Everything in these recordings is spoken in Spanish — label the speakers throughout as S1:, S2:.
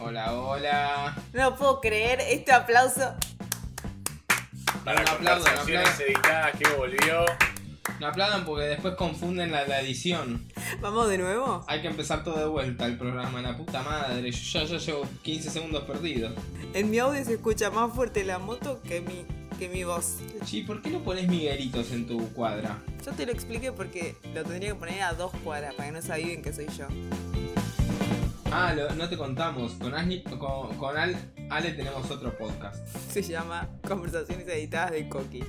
S1: Hola, hola.
S2: No puedo creer este aplauso.
S1: Para
S3: Para
S1: un aplauso, un
S3: conversaciones
S1: aplauso.
S3: editadas que volvió.
S1: No aplaudan porque después confunden la, la edición.
S2: Vamos de nuevo.
S1: Hay que empezar todo de vuelta el programa, la puta madre. Yo ya, ya llevo 15 segundos perdidos.
S2: En mi audio se escucha más fuerte la moto que mi, que mi voz.
S1: Chi, ¿por qué no pones Miguelitos en tu cuadra?
S2: Yo te lo expliqué porque lo tendría que poner a dos cuadras para que no se aviven que soy yo.
S1: Ah, lo- no te contamos. Con, Asni- con, con Al- Ale tenemos otro podcast
S2: Se llama Conversaciones Editadas de Coqui.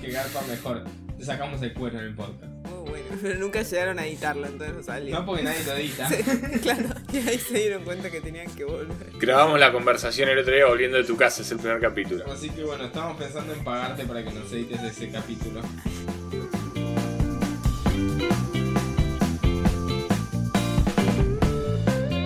S1: que garpa mejor. Te sacamos el cuero en el podcast.
S2: Muy bueno, pero nunca llegaron a editarlo, entonces no salió.
S1: No porque nadie lo edita.
S2: claro, y ahí se dieron cuenta que tenían que volver.
S3: Grabamos la conversación el otro día volviendo de tu casa, es el primer capítulo.
S1: Así que bueno, estamos pensando en pagarte para que nos edites ese capítulo.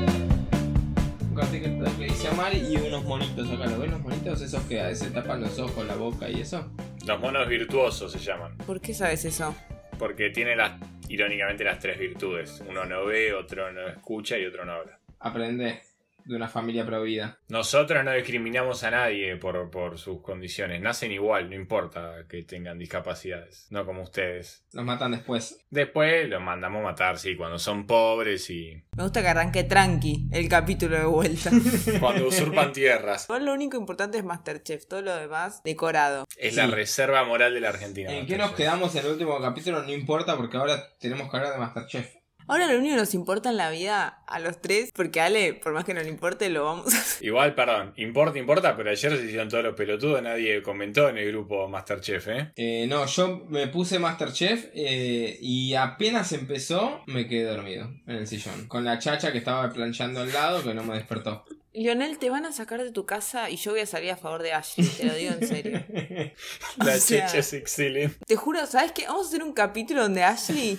S1: Un cartel que dice Amar y unos monitos acá. ¿Lo ven los monitos? Esos que se tapan los ojos, la boca y eso.
S3: Los monos virtuosos se llaman,
S2: ¿Por qué sabes eso?
S3: porque tiene las, irónicamente las tres virtudes. Uno no ve, otro no escucha y otro no habla.
S1: Aprende de una familia provida.
S3: Nosotros no discriminamos a nadie por, por sus condiciones, nacen igual, no importa que tengan discapacidades, no como ustedes.
S1: Los matan después.
S3: Después los mandamos a matar, sí, cuando son pobres y
S2: Me gusta que arranque tranqui el capítulo de vuelta.
S3: cuando usurpan tierras.
S2: Igual lo único importante es Masterchef, todo lo demás decorado.
S3: Es
S1: Sí.
S3: la reserva moral de la Argentina.
S1: ¿En qué nos
S3: Masterchef.
S1: quedamos en el último capítulo? No importa porque ahora tenemos que hablar de Masterchef.
S2: Ahora lo único que nos importa en la vida a los tres, porque Ale, por más que no le importe, lo vamos a hacer.
S3: Igual, perdón, importa, importa, pero ayer se hicieron todos los pelotudos, nadie comentó en el grupo Masterchef, ¿eh?
S1: Eh, no, yo me puse Masterchef eh, y apenas empezó me quedé dormido en el sillón. Con la chacha que estaba planchando al lado que no me despertó.
S2: Lionel, te van a sacar de tu casa y yo voy a salir a favor de Ashley, te lo digo en serio. O
S3: La
S2: sea-
S3: chicha es excelente.
S2: Te juro, ¿sabes qué? Vamos a hacer un capítulo donde Ashley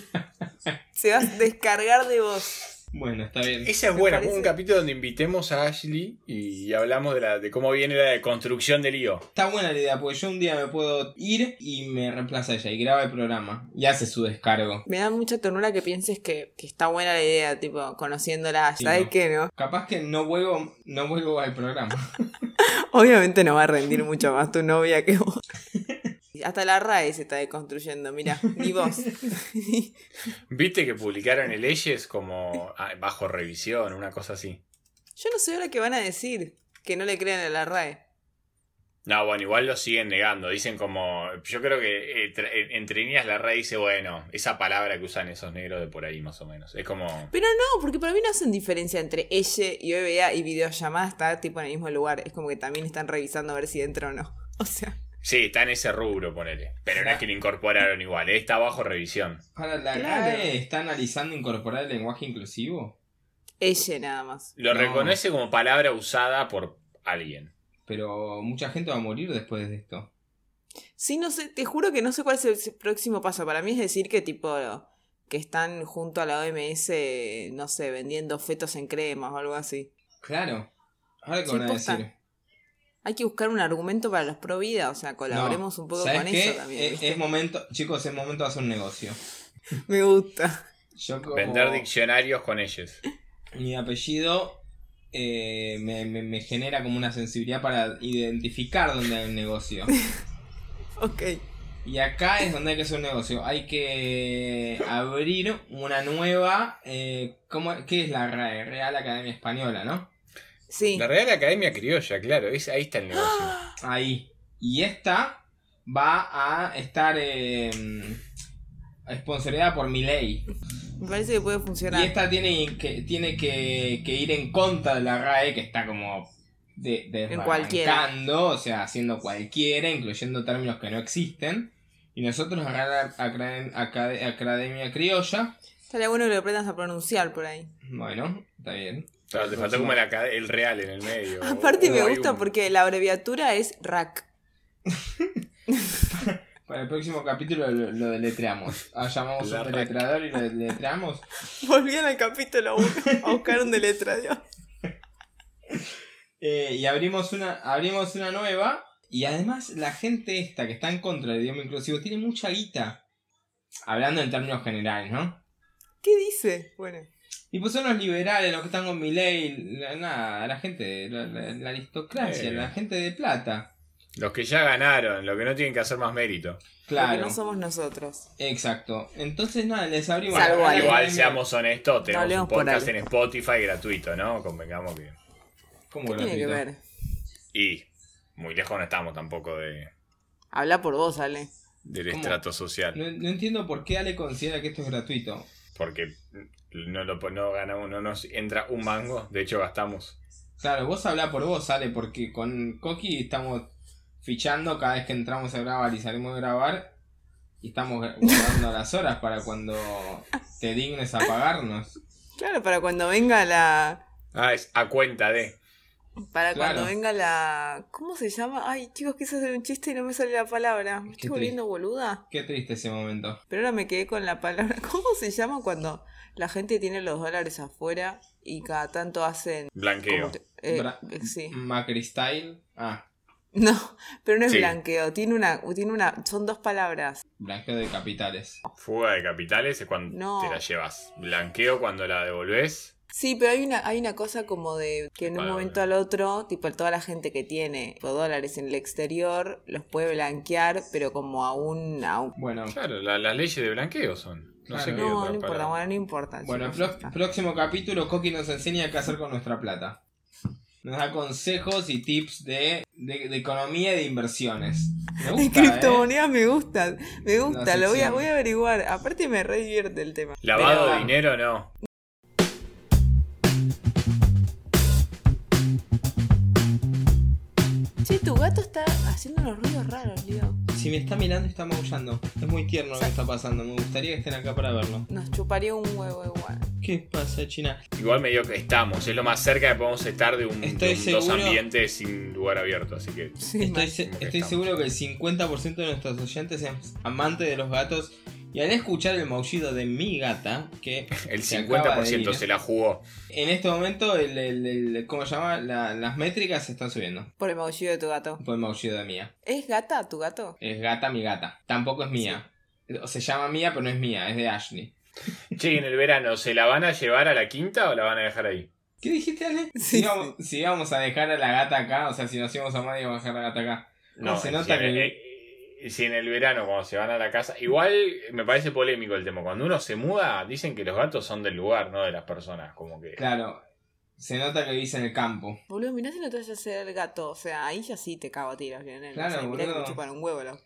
S2: se va a descargar de vos.
S1: Bueno, está bien.
S3: Esa es
S2: Me
S3: buena,
S2: parece-
S3: un capítulo donde invitemos a Ashley y hablamos de, la, de cómo viene la deconstrucción del lío.
S1: Está buena la idea porque yo un día me puedo ir y me reemplaza ella y graba el programa y hace su descargo.
S2: Me da mucha ternura que pienses que, que está buena la idea, tipo, conociéndola.
S1: Sí,
S2: ¿Sabes
S1: no.
S2: qué, no?
S1: Capaz que no vuelvo, no vuelvo al programa.
S2: Obviamente no va a rendir mucho más tu novia que vos. Hasta la RAE se está deconstruyendo, mira, ni vos.
S3: ¿Viste que publicaron el leyes como ah, bajo revisión, una cosa así?
S2: Yo no sé ahora qué van a decir, que no le crean a la RAE.
S3: No, bueno, igual lo siguen negando. Dicen como. Yo creo que eh, tra- eh, entre líneas la red dice, bueno, esa palabra que usan esos negros de por ahí, más o menos. Es como.
S2: Pero no, porque para mí no hacen diferencia entre ella y BBA y videollamada está tipo en el mismo lugar. Es como que también están revisando a ver si entra o no. O sea,
S3: Sí, está en ese rubro, ponele. Pero no es que lo incorporaron igual, eh, está bajo revisión.
S1: Para la
S2: Claro.
S1: RAE está analizando incorporar el lenguaje inclusivo,
S2: ella nada más.
S3: Lo
S1: No.
S3: reconoce como palabra usada por alguien.
S1: pero mucha gente va a morir después de esto.
S2: Sí, no sé, te juro que no sé cuál es el próximo paso. Para mí es decir que tipo que están junto a la OMS, no sé, vendiendo fetos en cremas o algo así.
S1: Claro. Ahora qué
S2: Sí,
S1: van a
S2: posta.
S1: decir.
S2: Hay que buscar un argumento para los pro vida, o sea, colaboremos
S1: No,
S2: un poco
S1: ¿sabes
S2: con
S1: qué? Eh,
S2: eso también.
S1: Es,
S2: ¿viste?
S1: es momento, chicos, es momento de hacer un negocio.
S2: Me gusta.
S1: Yo como
S3: Vender diccionarios con ellos.
S1: mi apellido eh, me, me- me genera como una sensibilidad para identificar dónde hay un negocio.
S2: Ok.
S1: Y acá es donde hay que hacer un negocio. Hay que abrir una nueva... eh, ¿cómo- ¿Qué es la RAE? Real Academia Española, ¿no?
S2: Sí.
S3: La Real Academia Criolla, claro, es, ahí
S2: Ah.
S3: está el negocio.
S1: Ahí. Y esta va a estar... Eh, esponsoreada por Milei.
S2: Me parece que puede funcionar.
S1: Y esta tiene que, tiene que, que ir en contra de la RAE, que está como de,
S2: En cualquiera.
S1: desbarrancando, o sea, haciendo cualquiera, incluyendo términos que no existen. Y nosotros, la Real Acra- Acade- Academia Criolla,
S2: Estaría bueno que lo aprendas a pronunciar por ahí.
S1: bueno, está bien.
S3: Claro, te faltó como el, acad- el real en el medio.
S2: Aparte
S3: O
S2: me
S3: hay
S2: gusta
S3: un-
S2: porque la abreviatura es RAC.
S1: Para el próximo capítulo lo, lo deletreamos. Ah, llamamos a
S3: La
S1: un
S3: RAC.
S1: deletreador y lo deletreamos.
S2: Volvían al capítulo 1 a buscar un de letra, Dios.
S1: Eh, y abrimos una, abrimos una nueva. Y además la gente esta que está en contra del idioma inclusivo tiene mucha guita. Hablando en términos generales, ¿no?
S2: ¿Qué dice? Bueno.
S1: Y pues son los liberales, los que están con Milei, la- nada, la gente, la, la- la aristocracia,
S3: Eh.
S1: la gente de plata.
S3: Los que ya ganaron, los que no tienen que hacer más mérito.
S2: Porque
S1: Claro,
S2: no somos nosotros.
S1: exacto. Entonces nada, les abrimos
S2: Salvo
S1: la-
S2: al-
S3: Igual seamos honestos, tenemos
S2: Hablemos
S3: un
S2: por
S3: podcast en
S2: algo.
S3: Spotify gratuito, ¿no? Convengamos que.
S1: ¿Cómo
S2: ¿Qué tiene que
S1: gratuito?
S2: ver?
S3: Y muy lejos no estamos tampoco de,
S2: Habla por vos, Ale.
S3: del
S1: ¿Cómo?
S3: estrato social.
S1: No, no entiendo por qué Ale considera que esto es gratuito.
S3: Porque no, lo, no ganamos, no nos entra un mango. De hecho, gastamos.
S1: Claro, vos hablá por vos, Ale, porque con Coqui estamos fichando cada vez que entramos a grabar y salimos a grabar. Y estamos gra- guardando las horas para cuando te dignes a pagarnos.
S2: Claro, para cuando venga la.
S3: Ah, es a cuenta de.
S2: Para
S1: Claro.
S2: cuando venga la. ¿Cómo se llama? Ay, chicos, quise hacer un chiste y no me sale la palabra. Me
S1: Qué
S2: estoy volviendo boluda.
S1: Qué triste ese momento.
S2: Pero ahora me quedé con la palabra. ¿Cómo se llama cuando la gente tiene los dólares afuera y cada tanto hacen.
S3: Blanqueo.
S2: como te- eh,
S1: Bra-
S2: eh, sí.
S1: Macri Style. Ah,
S2: No, pero no es
S3: Sí.
S2: blanqueo. Tiene una, tiene una. Son dos palabras.
S1: blanqueo de capitales.
S3: Fuga de capitales es cuando
S2: No.
S3: te la llevas. Blanqueo cuando la devolvés.
S2: Sí, pero hay una, hay una cosa como de que en un
S3: Bueno,
S2: momento al otro, tipo toda la gente que tiene tipo, dólares en el exterior, los puede blanquear, pero como a un... a un-
S1: Bueno,
S3: Claro, la- las leyes de blanqueo son. No sé
S1: Claro.
S3: qué
S2: No,
S3: otra
S2: no importa,
S3: palabra.
S2: bueno, no importa.
S1: bueno,
S2: chicos, ya
S1: pro-
S2: está.
S1: próximo capítulo Coqui nos enseña qué hacer con nuestra plata. Nos da consejos y tips de, de- de economía y de inversiones. Me
S2: De
S1: gusta, ¿eh?
S2: criptomonedas me gusta, me gusta,
S1: La
S2: lo voy a,
S1: sección.
S2: voy a averiguar. Aparte me re divierte el tema.
S3: Lavado
S1: Pero-
S3: de dinero no.
S2: Che, tu gato está haciendo unos ruidos raros, Leo.
S1: Si me está mirando, está maullando. Es muy tierno lo que está pasando. Me gustaría que estén acá para verlo.
S2: Nos chuparía un huevo igual.
S1: ¿Qué pasa, China?
S3: Igual medio que estamos. Es lo más cerca que podemos estar de un, de
S1: Estoy
S3: un dos
S1: seguro-
S3: ambientes sin lugar abierto. Así que
S2: Sí,
S1: Estoy,
S2: mal.
S1: se-
S3: Como que
S1: estoy
S3: estamos.
S1: seguro que el 50% de nuestros oyentes es amante de los gatos. Y al escuchar el maullido de mi gata, que
S3: el
S1: Se acaba de
S3: 50%
S1: ir.
S3: se la jugó.
S1: en este momento, el, el- el- ¿cómo se llama? La- las métricas se están subiendo.
S2: Por el maullido de tu gato.
S1: Por el maullido de mía.
S2: ¿Es gata tu gato?
S1: Es gata mi gata. Tampoco es mía. O se llama mía, pero no es mía, es de Ashley.
S3: Che, ¿y en el verano, ¿se la van a llevar a la quinta o la van a dejar ahí?
S1: ¿Qué dijiste, Ale?
S2: Sí,
S1: si, íbamos, si íbamos a dejar a la gata acá, o sea, si nos íbamos a Madrid, íbamos a dejar a la gata acá. No, se
S3: si
S1: nota
S3: en el-
S1: que-
S3: eh, eh, Si en el verano, cuando se van a la casa. Igual me parece polémico el tema. Cuando uno se muda, dicen que los gatos son del lugar, no de las personas. Como que.
S1: Claro, se nota que vivís en el campo.
S2: Boludo, mirá si no te vayas a hacer el gato. O sea, ahí ya sí te cago a tiros, Lionel.
S1: Claro,
S2: o sea, mirá que
S1: boludo.
S2: me chupan un huevo. Lo...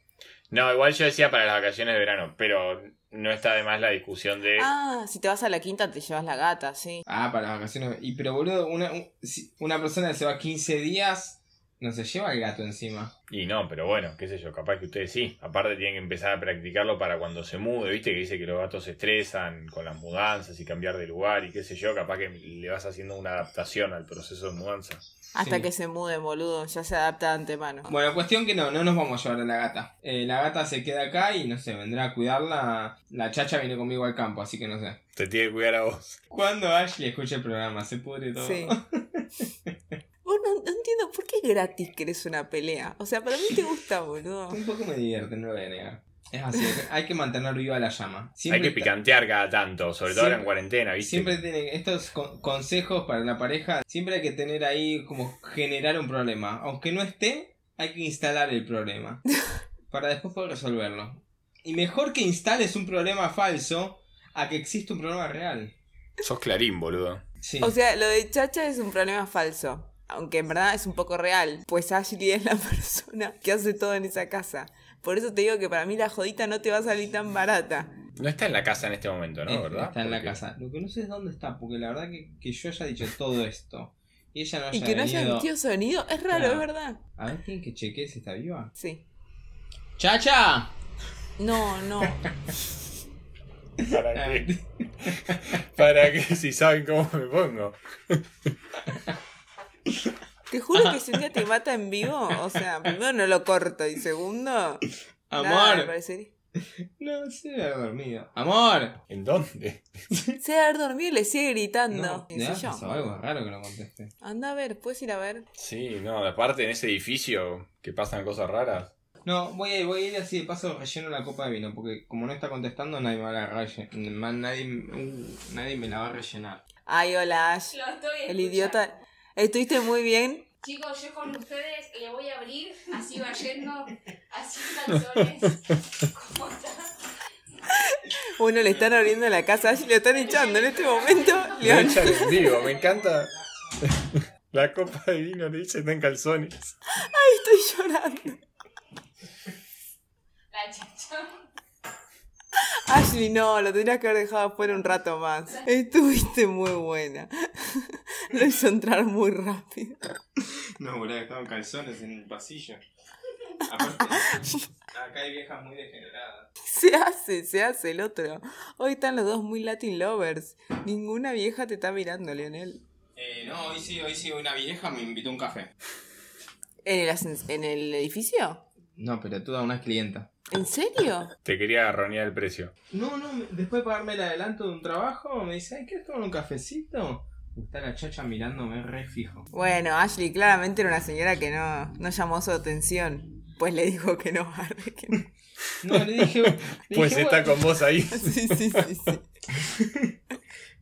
S3: No, igual yo decía para las vacaciones de verano, pero no está de más la discusión de.
S2: Ah, si te vas a la quinta te llevas la gata, sí.
S1: Ah, para las vacaciones. Y pero boludo, una, un- si una persona que se va 15 días, no se lleva el gato encima.
S3: Y no, pero bueno, qué sé yo, capaz que ustedes sí. Aparte tienen que empezar a practicarlo para cuando se mude, viste que dice que los gatos se estresan con las mudanzas y cambiar de lugar y qué sé yo, capaz que le vas haciendo una adaptación al proceso de mudanza.
S2: Hasta
S1: Sí.
S2: que se muden, boludo. Ya se adapta de antemano.
S1: Bueno, cuestión que no, no nos vamos a llevar a la gata. Eh, la gata se queda acá y no sé, vendrá a cuidarla. La chacha viene conmigo al campo, así que no sé.
S3: Te tiene que cuidar a vos.
S1: Cuando Ashley escuche el programa, se pudre todo.
S2: sí. Vos no, no entiendo por qué gratis querés una pelea. O sea, para mí te gusta, boludo.
S1: Un poco me divierte, no lo voy a negar. Es así, hay que mantener viva la llama.
S3: Hay
S1: Siempre
S3: que
S1: está-
S3: picantear cada tanto, sobre todo ahora en
S1: Siempre-
S3: cuarentena, viste.
S1: Siempre tiene estos con- consejos para la pareja, siempre hay que tener ahí como generar un problema. Aunque no esté, hay que instalar el problema para después poder resolverlo. Y mejor que instales un problema falso a que exista un problema real.
S3: Sos clarín, boludo.
S1: Sí.
S2: O sea, lo de Chacha es un problema falso. Aunque en verdad es un poco real. Pues Ashley es la persona que hace todo en esa casa. Por eso te digo que para mí la jodita no te va a salir tan barata.
S3: No está en la casa en este momento, ¿no?
S1: Es-
S3: ¿Verdad?
S1: Eh, Está en la
S3: Porque-
S1: casa. Lo que no sé es dónde está, porque la verdad que, que yo haya dicho todo esto y ella no haya
S2: Y que no haya
S1: venido-
S2: emitido sonido es raro,
S1: Claro.
S2: es verdad.
S1: A ver, tienen que chequear si está viva.
S2: Sí.
S1: ¡Chacha!
S2: No, no.
S3: ¿Para
S1: Ah.
S3: qué? ¿Para qué? Si saben cómo me pongo.
S2: Te juro que si un día te mata en vivo, o sea, primero no lo corto y segundo. nada, me
S1: ¡Amor!
S2: parecería-
S1: No, se debe haber dormido. ¡Amor!
S3: ¿En dónde?
S2: Se debe haber dormido y le sigue gritando.
S1: No,
S2: Qué sé
S1: le
S2: yo.
S1: haces algo es raro que no conteste.
S2: Anda a ver, puedes ir a ver.
S3: Sí, no, aparte en ese edificio que pasan cosas raras.
S1: No, voy a ir, voy a ir así de paso relleno la copa de vino, porque como no está contestando, nadie me, va a rellen- ma- nadie, uh, nadie me la va a rellenar.
S2: Ay, hola Ash.
S4: Lo estoy
S2: El
S4: escuchando.
S2: idiota. Estuviste muy bien.
S4: Chicos, yo con ustedes le voy a abrir, así va yendo, así calzones. ¿Cómo está?
S2: Uno le están abriendo la casa a Ash y lo están echando en este momento.
S3: Le
S2: Leon.
S3: echan- digo, me encanta. La copa de vino le dice está en calzones.
S2: Estoy llorando.
S4: La chacha.
S2: Ashley, no, lo tenías que haber dejado afuera un rato más. Estuviste muy buena. Lo hizo entrar muy rápido.
S1: No, boludo, estaban calzones en el pasillo. Aparte, acá hay viejas muy degeneradas.
S2: Se hace, se hace el otro. Hoy están los dos muy Latin lovers. Ninguna vieja te está mirando, Leonel.
S1: Eh, no, hoy sí, hoy sí, una vieja me invitó a un café.
S2: ¿En el, ascens- en el edificio?
S1: No, pero tú da una clienta.
S2: ¿En serio?
S3: Te quería roñar el precio.
S1: No, no, me- después de pagarme el adelanto de un trabajo, me dice, ay, ¿quieres tomar un cafecito? Uh, Está la chacha mirándome re fijo.
S2: Bueno, Ashley claramente era una señora que no, no llamó su atención. Pues le dijo que no, arre, que no.
S1: No, le dije... le
S3: Pues
S1: dije,
S3: está
S1: bueno,
S3: con vos ahí.
S2: Sí, sí, sí, sí.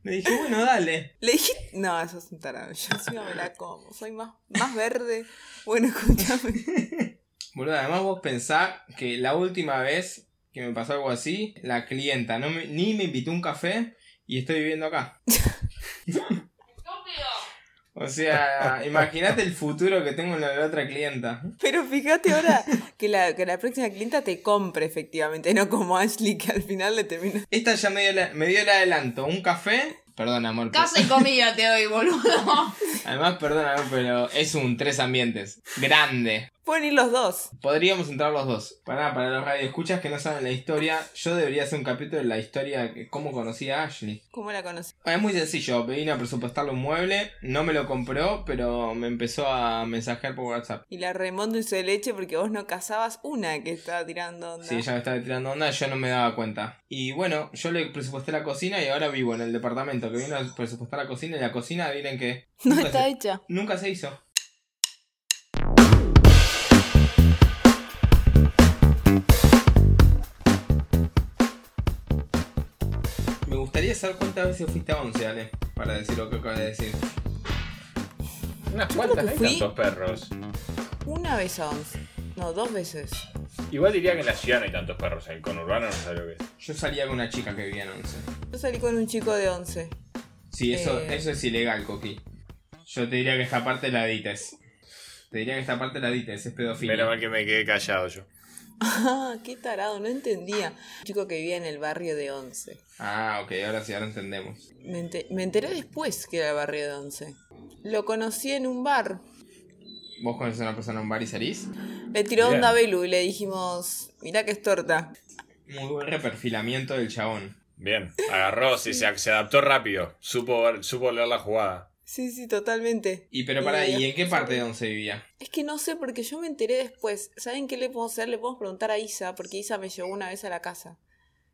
S1: Le dije, bueno, dale.
S2: Le dije, no, eso es un tarado. Yo encima me la como. Soy más, más verde. Bueno, escúchame.
S1: Boludo, además vos pensás que la última vez que me pasó algo así, la clienta no me- ni me invitó un café y estoy viviendo acá.
S4: Estúpido.
S1: O sea, imagínate el futuro que tengo en la de la otra clienta.
S2: Pero fíjate ahora que la, que la próxima clienta te compre, efectivamente. No como Ashley, que al final le termina.
S1: Esta ya me dio, la- me dio el adelanto, un café. Perdón, amor. pero-
S4: Casa y comida te doy, boludo.
S1: Además, perdón, amor, pero es un tres ambientes. Grande.
S2: Pueden ir los dos.
S1: Podríamos entrar los dos. Para, para los radioescuchas que no saben la historia, yo debería hacer un capítulo de la historia de cómo conocí a Ashley.
S2: ¿Cómo la conocí?
S1: Es muy sencillo, pedí a presupuestarle un mueble, no me lo compró, pero me empezó a mensajear por WhatsApp.
S2: Y la remondo hizo de leche porque vos no cazabas una que estaba tirando onda.
S1: Sí, ella me estaba tirando onda, yo no me daba cuenta. Y bueno, yo le presupuesté la cocina y ahora vivo en el departamento que vino a presupuestar la cocina y la cocina, adivinen que
S2: No
S1: nunca,
S2: está
S1: se,
S2: hecha.
S1: nunca se hizo. Me gustaría saber cuántas veces fuiste a 11, Ale, para decir lo que acabas de decir.
S3: Unas
S2: que
S3: cuantas, no hay
S2: fui-
S3: tantos perros.
S2: Una vez a once. No, dos veces.
S3: Igual diría que en la ciudad no hay tantos perros. En el conurbano no sé lo que es.
S1: Yo salía con una chica que vivía en 11.
S2: Yo salí con un chico de once.
S1: Sí, eso,
S2: Eh.
S1: eso es ilegal, Coqui. Yo te diría que esta parte la edites. Te diría que esta parte la edites, es
S3: Menos
S1: pedofilia.
S3: mal que me quedé callado yo.
S2: Ah, qué tarado, no entendía. Un chico que vivía en el barrio de once.
S1: Ah, ok, ahora sí, ahora entendemos.
S2: Me, ente- me enteré después que era el barrio de Once. Lo conocí en un bar.
S1: ¿Vos conoces a una persona en un bar y salís?
S2: Le tiró
S3: Bien.
S2: onda a Belu y le dijimos, mirá que es torta.
S1: Muy buen reperfilamiento del chabón.
S3: Bien, agarró, se, se- se adaptó rápido. Supo, ver- supo leer la jugada.
S2: Sí, sí, totalmente.
S1: Y pero pará,
S2: Y-
S1: ¿y en qué parte de donde vivía?
S2: Es que no sé, porque yo me enteré después. ¿Saben qué le podemos hacer? Le podemos preguntar a Isa, porque Isa me llevó una vez a la casa.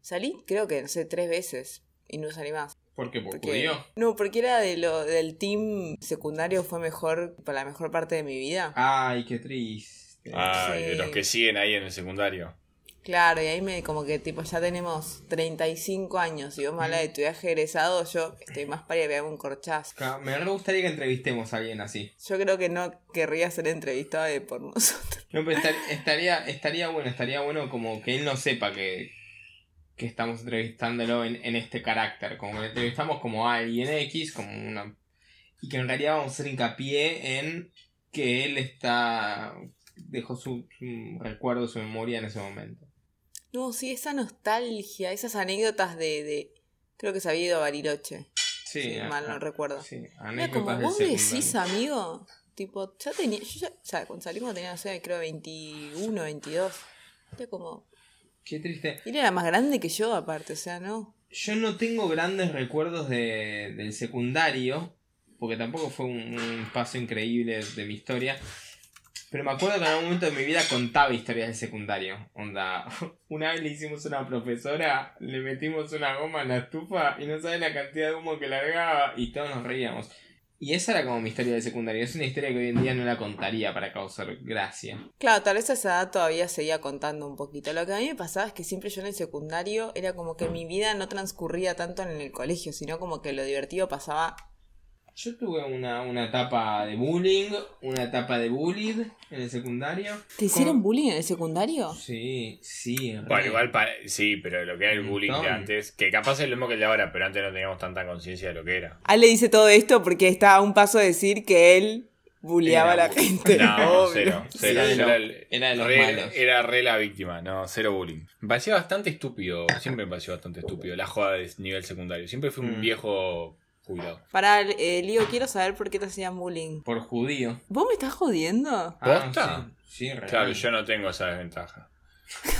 S2: Salí, creo que, no sé, tres veces. Y no salí más.
S1: ¿Por qué? ¿Por
S2: Porque-
S1: judío?
S2: No, porque era de lo, del team secundario, fue mejor, para la mejor parte de mi vida.
S1: Ah. Ay, qué triste.
S3: Ay,
S2: Sí.
S3: de Ah, los que siguen ahí en el secundario.
S2: Claro, y ahí me como que tipo ya tenemos 35 años y vos me hablas de tu viaje egresado, yo estoy más para ir a un corchazo.
S1: Ca- Me re gustaría que entrevistemos a alguien así.
S2: Yo creo que no querría ser entrevistada de por nosotros.
S1: No, pero estar- estaría, estaría bueno, estaría bueno como que él no sepa que, que estamos entrevistándolo en, en este carácter. Como que lo entrevistamos como alguien X, como una. Y que en realidad vamos a hacer hincapié en que él está. dejó su, su recuerdo, su memoria en ese momento.
S2: No, sí, esa nostalgia, esas anécdotas de... de- creo que se había ido a Bariloche,
S1: Sí,
S2: si
S1: a-
S2: mal no
S1: a-
S2: recuerdo.
S1: Sí,
S2: Era
S1: anécdotas
S2: como
S1: del
S2: vos decís,
S1: secundario.
S2: amigo, tipo, ya tenía, yo ya, o sea, cuando salimos tenía, no sé, creo 21, 22. Era como,
S1: Qué triste.
S2: él era más grande que yo aparte, o sea, no.
S1: Yo no tengo grandes recuerdos de, del secundario, porque tampoco fue un, un paso increíble de mi historia. Pero me acuerdo que en algún momento de mi vida contaba historias del secundario. Onda, una vez le hicimos a una profesora, le metimos una goma en la estufa y no sabe la cantidad de humo que largaba y todos nos reíamos. Y esa era como mi historia de secundaria. Es una historia que hoy en día no la contaría para causar gracia.
S2: Claro, tal vez a esa edad todavía seguía contando un poquito. Lo que a mí me pasaba es que siempre yo en el secundario era como que mi vida no transcurría tanto en el colegio, sino como que lo divertido pasaba.
S1: Yo tuve una, una etapa de bullying, una etapa de bullied en el secundario.
S2: ¿Te hicieron bullying en el secundario?
S1: Sí, sí. re.
S3: Bueno, igual, para- sí, pero lo que era el
S1: Un
S3: bullying de
S1: montón.
S3: antes, que capaz es lo mismo que el de ahora, pero antes no teníamos tanta conciencia de lo que era.
S2: Ale Ah, dice todo esto porque está a un paso de decir que él bulleaba a la
S1: Era-
S2: gente.
S3: No,
S2: obvio.
S3: cero.
S1: Sí,
S3: cero,
S1: era de
S3: yo
S1: lo-
S3: era, el-
S1: era de los
S3: re,
S1: malos.
S3: Era re la víctima, no, cero bullying. Me parecía bastante estúpido, siempre me pareció bastante estúpido la joda de nivel secundario. Siempre fui un
S1: Mm.
S3: viejo jubilado.
S2: Pará, eh, Lío, quiero saber por qué te hacían bullying.
S1: Por judío. Ah,
S2: ¿Vos me estás jodiendo?
S3: ¿Posta?
S1: sí, sí, re.
S3: Claro, yo no tengo esa desventaja.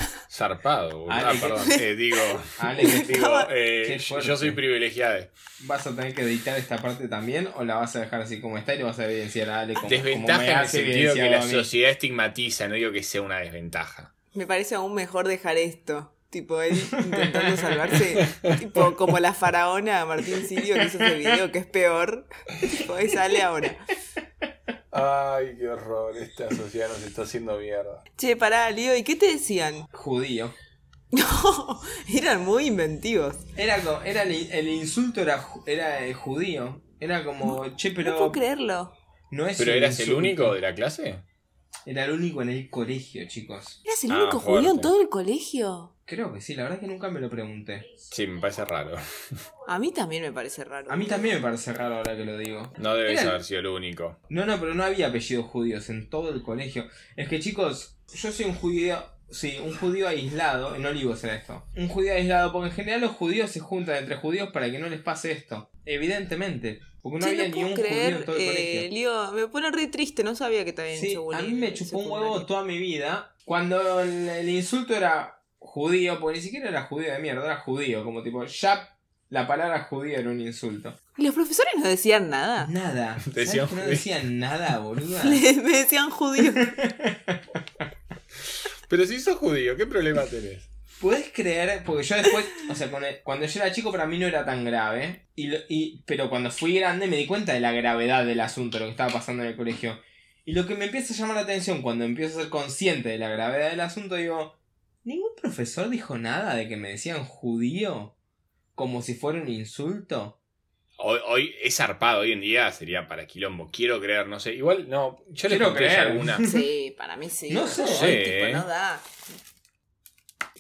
S3: Zarpado, boludo. Ah,
S1: Ale, que- Ah,
S3: perdón. eh, digo,
S1: Ale, que
S3: digo eh,
S1: Qué
S3: yo
S1: fuerte.
S3: yo soy privilegiado.
S1: ¿Vas a tener que editar esta parte también o la vas a dejar así como está y le vas a evidenciar a Ale como, como
S3: Desventaja
S1: me
S3: en el
S1: has
S3: sentido que la
S1: evidenciado a mí?
S3: sociedad estigmatiza, no digo que sea una desventaja.
S2: Me parece aún mejor dejar esto. Tipo, él intentando salvarse. tipo, como la faraona Martín Sirio que hizo ese video, que es peor. Tipo, ahí sale ahora.
S3: Ay, qué horror, esta sociedad nos está haciendo mierda.
S2: Che, pará, Lío, ¿y qué te decían?
S1: Judío.
S2: No, eran muy inventivos.
S1: Era, co- era el, el insulto era, ju- era eh, judío. Era como, che,
S2: No
S1: pero
S2: puedo creerlo.
S1: no es
S3: ¿Pero
S1: un
S3: eras el
S1: insulto.
S3: único de la clase?
S1: Era el único en el colegio, chicos.
S2: ¿Eras el
S3: Ah,
S2: único judío en
S3: fuerte.
S2: todo el colegio?
S1: Creo que sí, la verdad es que nunca me lo pregunté.
S3: Sí, me parece raro.
S2: A mí también me parece raro.
S1: A mí también me parece raro ahora que lo digo.
S3: No debes
S1: Era-
S3: haber sido el único.
S1: No, no, pero no había apellidos judíos en todo el colegio. Es que, chicos, yo soy un judío. Sí, un judío aislado. En Olivos era esto. Un judío aislado, porque en general los judíos se juntan entre judíos para que no les pase esto. Evidentemente. Porque no
S2: Che,
S1: había
S2: no
S1: ni
S2: puedo
S1: un judío
S2: creer,
S1: en todo el
S2: eh,
S1: colegio.
S2: Lío, me pone re triste, no sabía que te habían
S1: Sí,
S2: hecho bullying.
S1: a mí me
S2: en
S1: chupó un
S2: secundaria.
S1: huevo toda mi vida. Cuando el, el insulto era judío, porque ni siquiera era judío de mierda, era judío. Como tipo, ya la palabra judío era un insulto.
S2: ¿Y los profesores no decían nada?
S1: Nada. ¿Sabés
S3: Decían
S1: que no
S3: judío.
S1: decían nada, boluda.
S2: Le- me decían judío.
S3: Pero si sos judío, ¿qué problema tenés?
S1: ¿Puedes creer? Porque yo después, o sea, con el- cuando yo era chico para mí no era tan grave, y, lo- y, pero cuando fui grande me di cuenta de la gravedad del asunto, lo que estaba pasando en el colegio. Y lo que me empieza a llamar la atención cuando empiezo a ser consciente de la gravedad del asunto, digo, ¿ningún profesor dijo nada de que me decían judío? Como si fuera un insulto.
S3: Hoy, hoy es zarpado, hoy en día sería para quilombo. Quiero creer, no sé. Igual, no, yo le
S1: Quiero
S3: conté ya
S1: creer.
S3: alguna.
S2: Sí, para mí sí.
S1: No sé,
S2: Ay, tipo,
S3: eh.
S2: no da.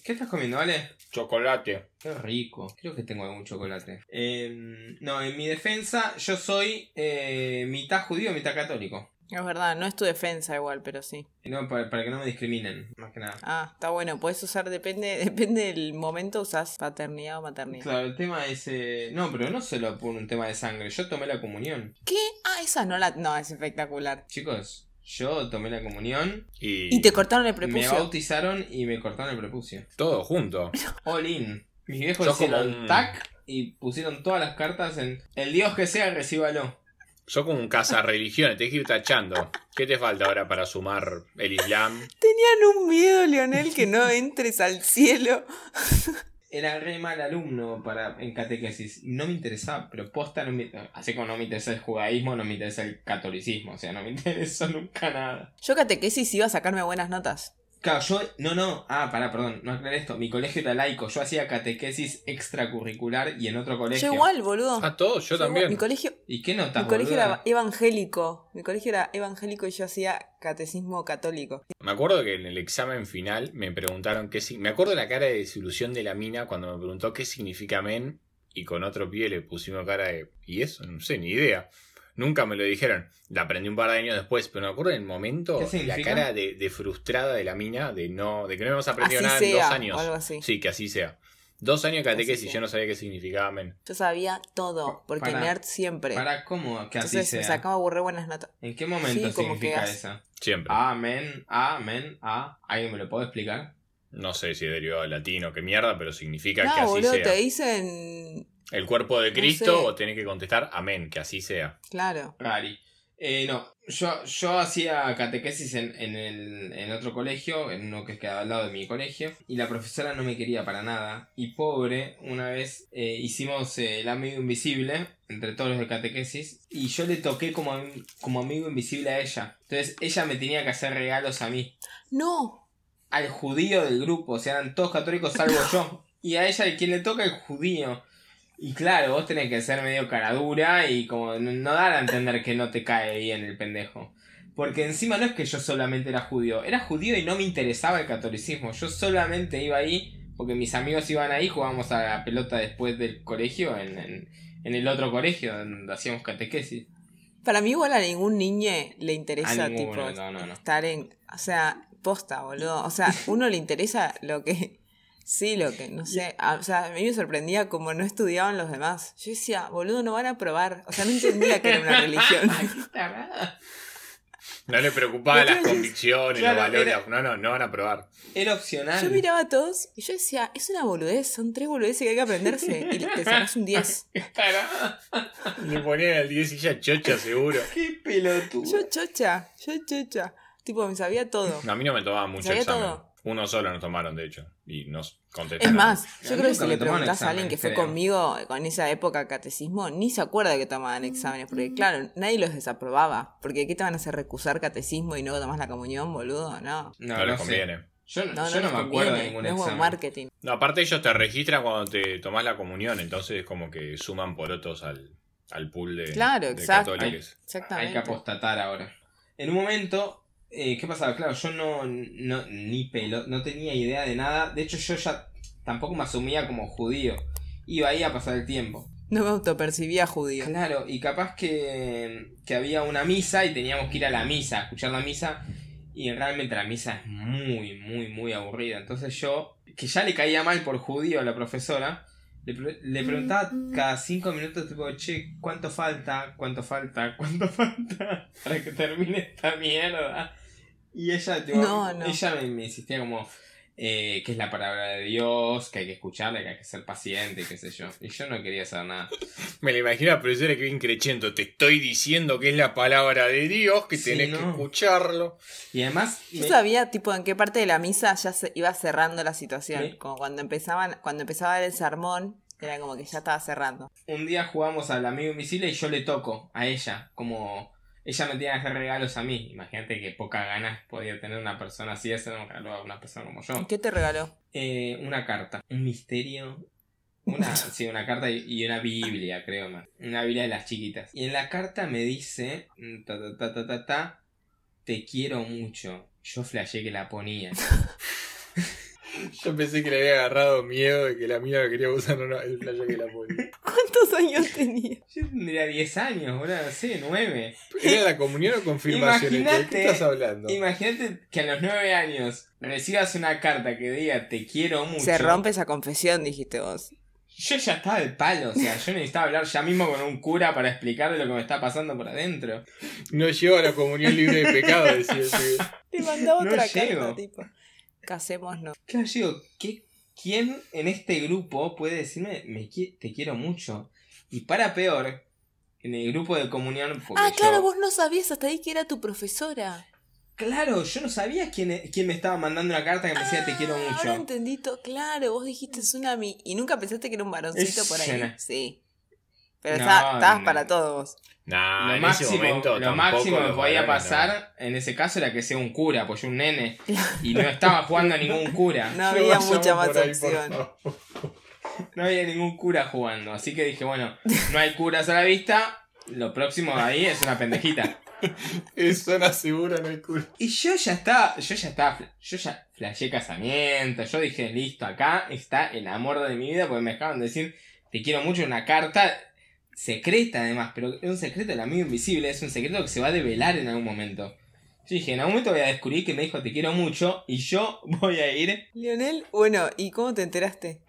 S1: ¿Qué estás comiendo, vale?
S3: Chocolate.
S1: Qué rico. Creo que tengo algún chocolate. Em, no, en mi defensa, yo soy eh, mitad judío, mitad católico.
S2: Es verdad, no es tu defensa igual, pero sí.
S1: No, para, para que no me discriminen, más que nada.
S2: Ah, está bueno, puedes usar, depende, depende del momento usás paternidad o maternidad.
S1: Claro, el tema es... eh, No, pero no solo por un tema de sangre. Yo tomé la comunión.
S2: ¿Qué? Ah, esa no la. No, es espectacular.
S1: Chicos, yo tomé la comunión,
S3: Y,
S2: Y te cortaron el
S1: me
S2: prepucio.
S1: bautizaron y me cortaron el prepucio.
S3: todo junto.
S1: All in. Mis viejos
S3: Sos como
S1: hicieron
S3: un-
S1: tac y pusieron todas las cartas en... El dios que sea, recíbalo.
S3: Yo como un cazarreligiones, te que ir tachando. ¿Qué te falta ahora para sumar el Islam?
S2: Tenían un miedo, Leonel, que no entres al cielo.
S1: Era re mal alumno para, en catequesis. No me interesaba, pero posta no me... Así como no me interesa el judaísmo, no me interesa el catolicismo. O sea, no me interesó nunca nada.
S2: Yo catequesis iba a sacarme buenas notas.
S1: Claro, yo. No, no. Ah, pará, perdón. No aclaré esto. Mi colegio era laico. Yo hacía catequesis extracurricular y en otro colegio.
S2: Yo igual, boludo.
S3: Ah, todo, yo también.
S2: Mi colegio,
S1: ¿Y qué
S2: mi
S1: notas,
S2: colegio
S1: boluda?
S2: era evangélico. Mi colegio era evangélico y yo hacía catecismo católico.
S3: Me acuerdo que en el examen final me preguntaron qué si- Me acuerdo la cara de desilusión de la mina cuando me preguntó qué significa men y con otro pie le pusimos cara de... ¿Y eso? No sé, ni idea. Nunca me lo dijeron. La aprendí un par de años después, pero me acuerdo en el momento
S1: ¿Qué
S3: la
S1: significa?
S3: cara de, de frustrada de la mina de no de que no hemos aprendido
S2: así
S3: nada
S2: sea,
S3: en dos
S2: o algo
S3: años.
S2: así.
S3: Sí, que así sea. Dos años de
S2: Así
S3: catequesis
S2: sea.
S3: y yo no sabía qué significaba men.
S2: Yo sabía todo, porque
S1: Pará,
S2: nerd siempre.
S1: Pará, ¿cómo? Que así
S2: Entonces
S1: sea.
S2: me sacaba aburre buenas notas.
S1: ¿En qué momento
S2: Sí, como
S1: significa
S2: que hace-
S1: eso?
S3: Siempre.
S1: Amén, amén, ah. ¿Alguien me lo puede explicar?
S3: No sé si derivado del latino, qué mierda, pero significa que
S2: No,
S3: así
S2: boludo,
S3: sea.
S2: te dicen.
S3: El cuerpo de
S2: No
S3: Cristo
S2: sé.
S3: o tenés que contestar amén, que así sea.
S2: Claro.
S1: Rari. Eh, no, yo, yo hacía catequesis en, en, el, en otro colegio, en uno que quedaba al lado de mi colegio, y la profesora no me quería para nada. Y pobre, una vez eh, hicimos eh, el amigo invisible entre todos los de catequesis, y yo le toqué como, am- como amigo invisible a ella. Entonces ella me tenía que hacer regalos a mí,
S2: No,
S1: al judío del grupo, o sea, eran todos católicos salvo yo. Y a ella, el quien le toca, el judío. Y claro, vos tenés que ser medio cara dura y como n- no dar a entender que no te cae bien el pendejo. Porque encima no es que yo solamente era judío, era judío y no me interesaba el catolicismo. Yo solamente iba ahí porque mis amigos iban ahí, jugábamos a la pelota después del colegio, en, en, en el otro colegio donde hacíamos catequesis.
S2: para mí igual a ningún niño le interesa
S1: A ninguno,
S2: tipo
S1: no, no, no.
S2: estar en, o sea, posta, boludo. O sea, uno le interesa lo que sí, lo que no sé, A- o sea, a mí me sorprendía como no estudiaban los demás. Yo decía, boludo, no van a probar. O sea, no entendía que era una religión.
S1: Ay, qué tarada.
S3: No le preocupaban las
S2: Entonces,
S3: convicciones,
S1: claro,
S3: los valores.
S1: era-
S3: No, no, no van a probar.
S1: Era opcional.
S2: Yo miraba a todos y yo decía, es una boludez, son tres boludeces que hay que aprenderse y te sacas un 10.
S1: Qué tarada.
S3: Le ponían al 10 y ya chocha, seguro.
S1: Qué pelotudo.
S2: Yo chocha, yo chocha. Tipo, me sabía todo.
S3: No, A mí no me tomaban mucho
S2: Sabía
S3: examen.
S2: todo.
S3: Uno solo nos tomaron, de hecho. Y nos
S2: Es
S3: contestaron.
S2: más,
S1: A mí
S2: yo creo que
S1: nunca
S2: si
S1: me
S2: le
S1: tomaron
S2: preguntás a alguien
S1: examen,
S2: que fue
S1: creo.
S2: conmigo en esa época catecismo, ni se acuerda que tomaban exámenes, porque claro, nadie los desaprobaba. Porque ¿qué te van a hacer recusar catecismo y no tomás la comunión, boludo? No.
S1: No,
S3: No,
S1: no,
S3: les
S1: sé.
S3: conviene.
S1: Yo no,
S2: No,
S1: yo no
S2: les
S1: me acuerdo de
S2: conviene,
S1: ningún
S2: no es buen
S1: examen.
S2: marketing.
S3: No, aparte ellos te registran cuando te tomás la comunión, entonces como que suman porotos al, al pool de,
S2: Claro,
S3: de
S2: exacto.
S3: católicos.
S1: Hay que
S2: Exactamente.
S1: apostatar ahora. En un momento, eh, ¿qué pasaba? Claro, yo no, no, ni pelo, no tenía idea de nada. De hecho, yo ya tampoco me asumía como judío. Iba ahí a pasar el tiempo.
S2: No me autopercibía judío.
S1: Claro, y capaz que, que había una misa y teníamos que ir a la misa, a escuchar la misa. Y realmente la misa es muy, muy, muy aburrida. Entonces yo, que ya le caía mal por judío a la profesora, le, pre- le preguntaba cada cinco minutos, tipo, che, ¿cuánto falta? ¿Cuánto falta? ¿Cuánto falta? Para que termine esta mierda. Y ella, tipo,
S2: No, no.
S1: ella me, me insistía como, eh, que es la palabra de Dios, que hay que escucharla, que hay que ser paciente, y qué sé yo. Y yo no quería saber nada.
S3: Me la imagino a la profesora que bien creciendo. Te estoy diciendo que es la palabra de Dios, que
S1: Sí,
S3: tenés que
S1: no.
S3: escucharlo.
S1: Y además...
S2: Yo
S1: me-
S2: sabía tipo en qué parte de la misa ya se iba cerrando la situación.
S1: Sí.
S2: Como cuando empezaban, cuando empezaba el sermón, era como que ya estaba cerrando.
S1: un día jugamos al amigo invisible y yo le toco a ella, como ella me tenía que hacer regalos a mí. Imagínate que pocas ganas podía tener una persona así de hacer un regalo a una persona como yo.
S2: ¿Qué te regaló?
S1: Eh, una carta, un misterio. Una, sí, una carta y, y una Biblia, creo más. Una Biblia de las chiquitas. Y en la carta me dice, mm, ta, ta, ta, ta, ta, ta, te quiero mucho. Yo flashé que la ponía.
S3: Yo pensé que le había agarrado miedo de que la mina lo quería usar no, no, el playo que la ponía.
S2: ¿Cuántos años tenía?
S1: Yo tendría 10 años, boludo, no sé, 9.
S3: ¿Era la comunión o confirmación? ¿De
S1: Imagínate-
S3: qué estás hablando?
S1: Imagínate que a los nueve años recibas una carta que diga te quiero mucho.
S2: Se rompe esa confesión, dijiste vos.
S1: Yo ya estaba de palo, o sea, yo necesitaba hablar ya mismo con un cura para explicarle lo que me está pasando por adentro.
S3: No llevo a la comunión libre de pecado, decía el pibe.
S2: Te mandaba
S1: No
S2: otra
S1: llego.
S2: carta, tipo. Casémonos.
S1: Claro, yo digo, ¿qué, ¿quién en este grupo puede decirme me, qui- te quiero mucho? Y para peor, en el grupo de comunión. porque
S2: Ah,
S1: yo-
S2: claro, vos no sabías hasta ahí que era tu profesora.
S1: Claro, yo no sabía quién, e, quién me estaba mandando una carta que me decía te quiero
S2: Ah, Ahora
S1: mucho.
S2: entendí todo. Claro, vos dijiste es una mi. Y nunca pensaste que era un varoncito
S1: Es
S2: por ahí.
S1: una-
S2: Sí. Pero
S1: No,
S2: estaba- estabas
S1: no.
S2: para todos.
S3: Nah,
S1: lo
S3: Ah, en
S1: máximo,
S3: ese momento
S1: lo
S3: tampoco
S1: máximo que
S3: los
S1: podía
S3: varones, no.
S1: pasar en ese caso era que sea un cura, pues yo un nene. Y no estaba jugando a ningún cura.
S2: No
S1: No.
S2: había
S3: vayamos
S2: mucha
S3: por
S2: más
S3: ahí, por
S2: opción.
S3: favor.
S1: había ningún cura jugando. Así que dije, bueno, no hay curas a la vista. Lo próximo de ahí es una pendejita.
S3: Es zona segura en el culo.
S1: Y yo ya estaba, yo ya estaba, fla- yo ya flashé casamiento. Yo dije, listo, acá está el amor de mi vida. Porque me dejaban decir, te quiero mucho, una carta secreta además. Pero es un secreto del amigo invisible, es un secreto que se va a develar en algún momento. Yo dije, en algún momento voy a descubrir que me dijo te quiero mucho y yo voy a ir
S2: Lionel, bueno, ¿y cómo te enteraste?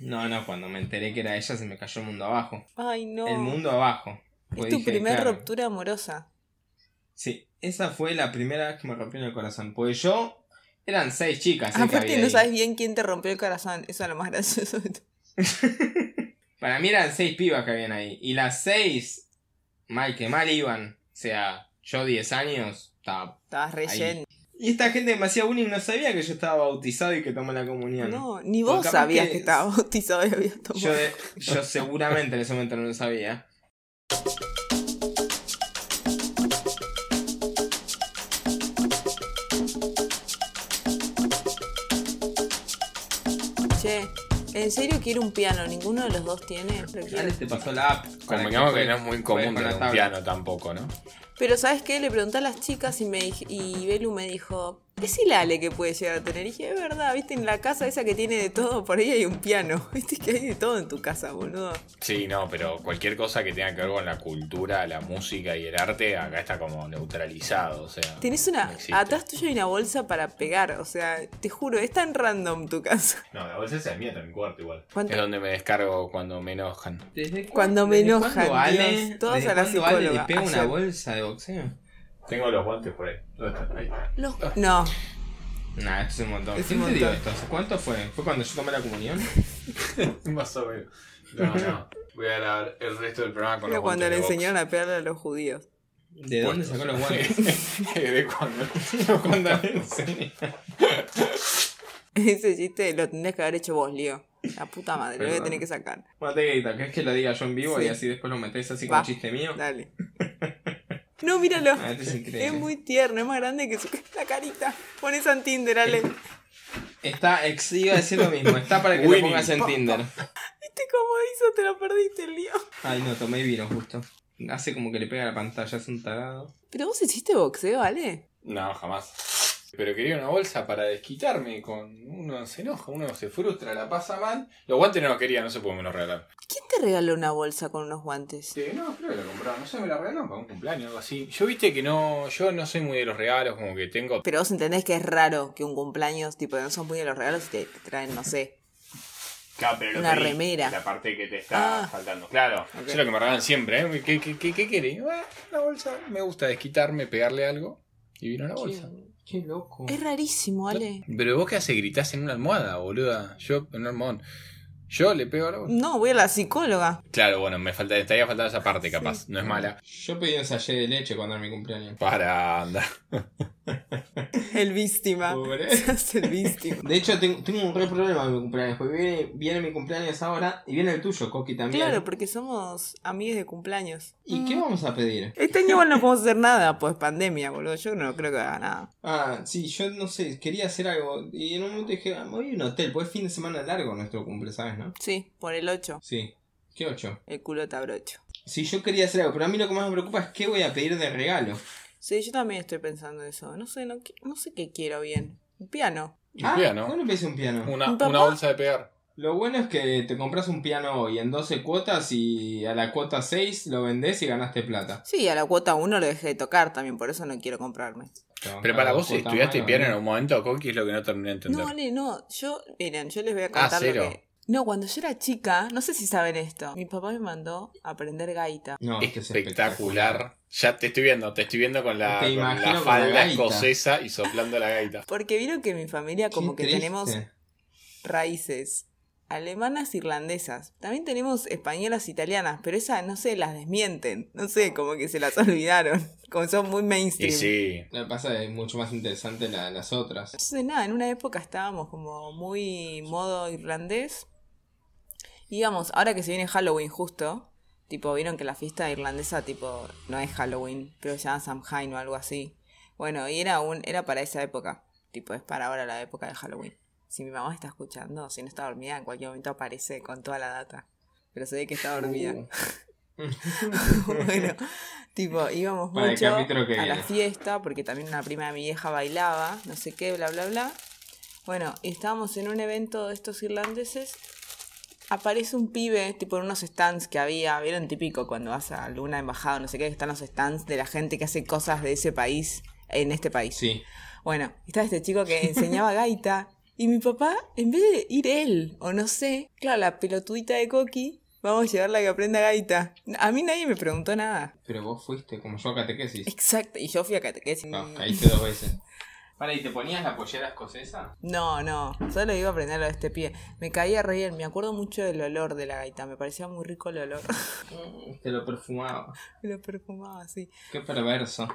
S1: No, no, cuando me enteré que era ella se me cayó el mundo abajo.
S2: Ay, no.
S1: El mundo abajo.
S2: es
S1: Pues
S2: tu
S1: dije,
S2: primera
S1: claro.
S2: ruptura amorosa.
S1: Sí, esa fue la primera vez que me rompieron el corazón. Pues yo eran seis chicas. eh, que
S2: Ah, Aparte,
S1: había
S2: no
S1: ahí.
S2: sabes bien quién te rompió el corazón. Eso es lo más gracioso de todo.
S1: Para mí eran seis pibas que habían ahí. Y las seis, mal que mal iban, sea, yo 10 años estaba
S2: Estabas
S1: Ahí.
S2: relleno.
S1: Y esta gente que me hacía bullying no sabía que yo estaba bautizado y que tomé la comunión.
S2: No, ni
S1: Porque
S2: vos
S1: capaz
S2: sabías
S1: que-
S2: que estaba bautizado y habías tomado.
S1: Yo, de- yo seguramente en ese momento no lo sabía.
S2: Che, ¿en serio quiero un piano? ¿Ninguno de los dos tiene? Lo quiero.
S1: Dale, te pasó la app. para
S3: Convengamos que
S1: juegues-
S3: no es muy
S1: juegues
S3: común
S1: con la
S3: tener un
S1: tablet.
S3: piano tampoco, ¿no?
S2: Pero ¿sabes qué? Le pregunté a las chicas y me dij- y Belu me dijo, decile a Ale que puede llegar a tener. Y dije, es verdad, viste, en la casa esa que tiene de todo, por ahí hay un piano. Viste que hay de todo en tu casa, boludo.
S3: Sí, no, pero cualquier cosa que tenga que ver con la cultura, la música y el arte, acá está como neutralizado, o sea.
S2: Tenés una...
S3: no existe.
S2: atrás tuyo hay una bolsa para pegar, o sea, te juro, es tan random tu casa.
S3: No, la bolsa esa es mía, está en mi cuarto igual.
S2: ¿Cuánto-
S3: Es donde me descargo cuando me enojan.
S1: ¿Desde cu-
S2: Cuando me
S1: desde
S2: enojan,
S1: cuándo Ale,
S2: Dios, todos
S1: desde
S2: a la
S1: cuándo Ale
S2: psicóloga.
S1: le pega una
S2: Ayer.
S1: bolsa de boxeo?
S3: Tengo los guantes por ahí. ¿Dónde están? Ahí.
S2: Los-
S1: Ah.
S2: No,
S1: Nah, esto es un montón.
S2: Es
S1: ¿Quién
S2: un
S1: te dio
S2: montón.
S1: esto? ¿Hace ¿Cuánto fue? ¿Fue cuando yo tomé la comunión?
S3: Más o menos. No, no. Voy a grabar el resto del programa con
S2: pero
S3: los
S2: cuando
S3: guantes
S2: le
S3: de box.
S2: enseñaron a pegarle a los judíos.
S1: ¿De dónde sacó los guantes?
S3: de cuando.
S1: Cuando le enseñé.
S2: Ese chiste lo tendrías que haber hecho vos, Lío. La puta madre, lo voy a
S1: Perdón.
S2: tener que sacar.
S1: Bueno, te grita, ¿querés que lo diga yo en vivo
S2: Sí.
S1: y así después lo metés así
S2: Va.
S1: con chiste mío?
S2: Dale. No, míralo.
S1: Ah, este es increíble.
S2: Es muy tierno, es más grande que su la carita. Pones en Tinder, Ale. ¿Viste
S1: Está, ex, iba a decir lo mismo, está para que lo
S3: Winning.
S1: pongas en Tinder.
S2: cómo hizo? Te lo perdiste, el lío.
S1: Ay, no, tomé vino justo. Hace como que le pega a la pantalla, es un tarado.
S2: Pero vos hiciste boxeo, Ale.
S3: No, jamás. Pero quería una bolsa para desquitarme con. Uno se enoja, uno se frustra, la pasa mal. Los guantes no los quería, no se pudo me los regalar.
S2: ¿Quién te regaló una bolsa con unos guantes?
S3: Sí, no, creo que la compraron, no sé, me la regalaron para un cumpleaños o algo así. Yo viste que no, yo no soy muy de los regalos, como que tengo.
S2: Pero vos entendés que es raro que un cumpleaños, tipo, no son muy de los regalos y te traen, no sé. Una pedí, remera. la
S3: parte que te
S2: está Ah.
S3: faltando. Claro.
S2: Ok.
S3: Yo lo que me regalan siempre, ¿eh? ¿Qué, qué, qué, qué querés? Ah, una bolsa. Me gusta desquitarme, pegarle algo. Y vino la bolsa.
S1: Qué loco.
S2: Es rarísimo, Ale.
S3: Pero vos qué haces, gritás en una almohada, boluda. Yo, en un almohadón. Yo le pego a la bolsa.
S2: No, voy a la psicóloga.
S3: Claro, bueno, me falta, estaría faltando esa parte, capaz. No es mala.
S1: Yo pedí un sallé de leche cuando era mi cumpleaños.
S3: Para andar.
S2: El víctima.
S1: Pobre.
S2: Se hace el víctima.
S1: De hecho, tengo, tengo un re problema con mi cumpleaños, porque viene, viene mi cumpleaños ahora y viene el tuyo, Coqui, también.
S2: Claro, porque somos amigos de cumpleaños.
S1: ¿Y qué vamos a pedir?
S2: Este año igual no podemos hacer nada, pues pandemia, boludo. Yo no creo que haga nada.
S1: Ah, sí, yo no sé, quería hacer algo y en un momento dije, ah, me voy a un hotel, pues es fin de semana largo nuestro cumple, ¿sabes, no?
S2: Sí, por el 8,
S1: Sí. ¿Qué ocho?
S2: el culo te abrocho.
S1: Sí, yo quería hacer algo, pero a mí lo que más me preocupa es qué voy a pedir de regalo.
S2: Sí, yo también estoy pensando eso. No sé, no, qui- no sé qué quiero bien. Un piano.
S3: Un piano.
S1: ¿Cómo no pedís Ah, un piano?
S3: Una,
S2: ¿Un papá?
S3: una bolsa de pegar.
S1: Lo bueno es que te compras un piano hoy en 12 cuotas y a la cuota 6 lo vendés y ganaste plata.
S2: Sí, a la cuota 1 lo dejé de tocar también, por eso no quiero comprarme.
S3: Pero para vos,
S1: Cuota
S3: estudiaste
S1: mala, ¿eh?
S3: piano en
S1: ¿no?
S3: un momento, Coqui, es lo que no terminé de entender. Ah,
S2: No, Ale, no. Yo, miren, yo les voy a contar lo
S3: cero.
S2: que. No, cuando yo era chica, no sé si saben esto. Mi papá me mandó a aprender gaita.
S1: No, este es
S3: Espectacular. Ya te estoy viendo, te estoy viendo con la,
S1: Te
S3: con la
S1: imagino con la
S3: falda
S1: gaita.
S3: escocesa y soplando la gaita.
S2: Porque vieron que en mi familia
S1: Qué
S2: como que
S1: triste.
S2: tenemos raíces alemanas, irlandesas. También tenemos españolas, italianas, pero esas, no sé, las desmienten. No sé, como que se las olvidaron. Como son muy
S1: Este,
S2: mainstream.
S3: Y sí.
S1: Lo que pasa es que es mucho más interesante la- las otras.
S2: Entonces, nada, en una época estábamos como muy modo irlandés. Y digamos, ahora que se viene Halloween justo, tipo, vieron que la fiesta irlandesa, tipo, no es Halloween, pero se llama Samhain o algo así. Bueno, y era, un, era para esa época. Tipo, es para ahora la época de Halloween. Si mi mamá está escuchando, si no está dormida, en cualquier momento aparece con toda la data. Pero se ve que está dormida.
S1: Uh,
S2: bueno, tipo, íbamos
S1: Para el
S2: mucho
S1: capítulo que
S2: a la
S1: viene.
S2: fiesta, porque también una prima de mi vieja bailaba, no sé qué, bla, bla, bla. Bueno, y estábamos en un evento de estos irlandeses. Aparece un pibe, tipo en unos stands que había, ¿vieron? Típico cuando vas a alguna embajada, o no sé qué, que están los stands de la gente que hace cosas de ese país, en este país.
S1: sí.
S2: Bueno, estaba este chico que enseñaba gaita. Y mi papá, en vez de ir él, o no sé, claro, la pelotudita de Coqui, vamos a llevarla a que aprenda gaita. A mí nadie me preguntó nada.
S1: Pero vos fuiste como yo a catequesis. Ah,
S2: Exacto, y yo fui a catequesis.
S1: No, caíste dos veces. Para, ¿y te ponías la pollera escocesa?
S2: No, no, solo iba a aprenderlo de este pie. Me caía re bien, me acuerdo mucho del olor de la gaita, me parecía muy rico el olor.
S1: Mm, Te lo perfumaba.
S2: Lo perfumaba así.
S1: Qué perverso.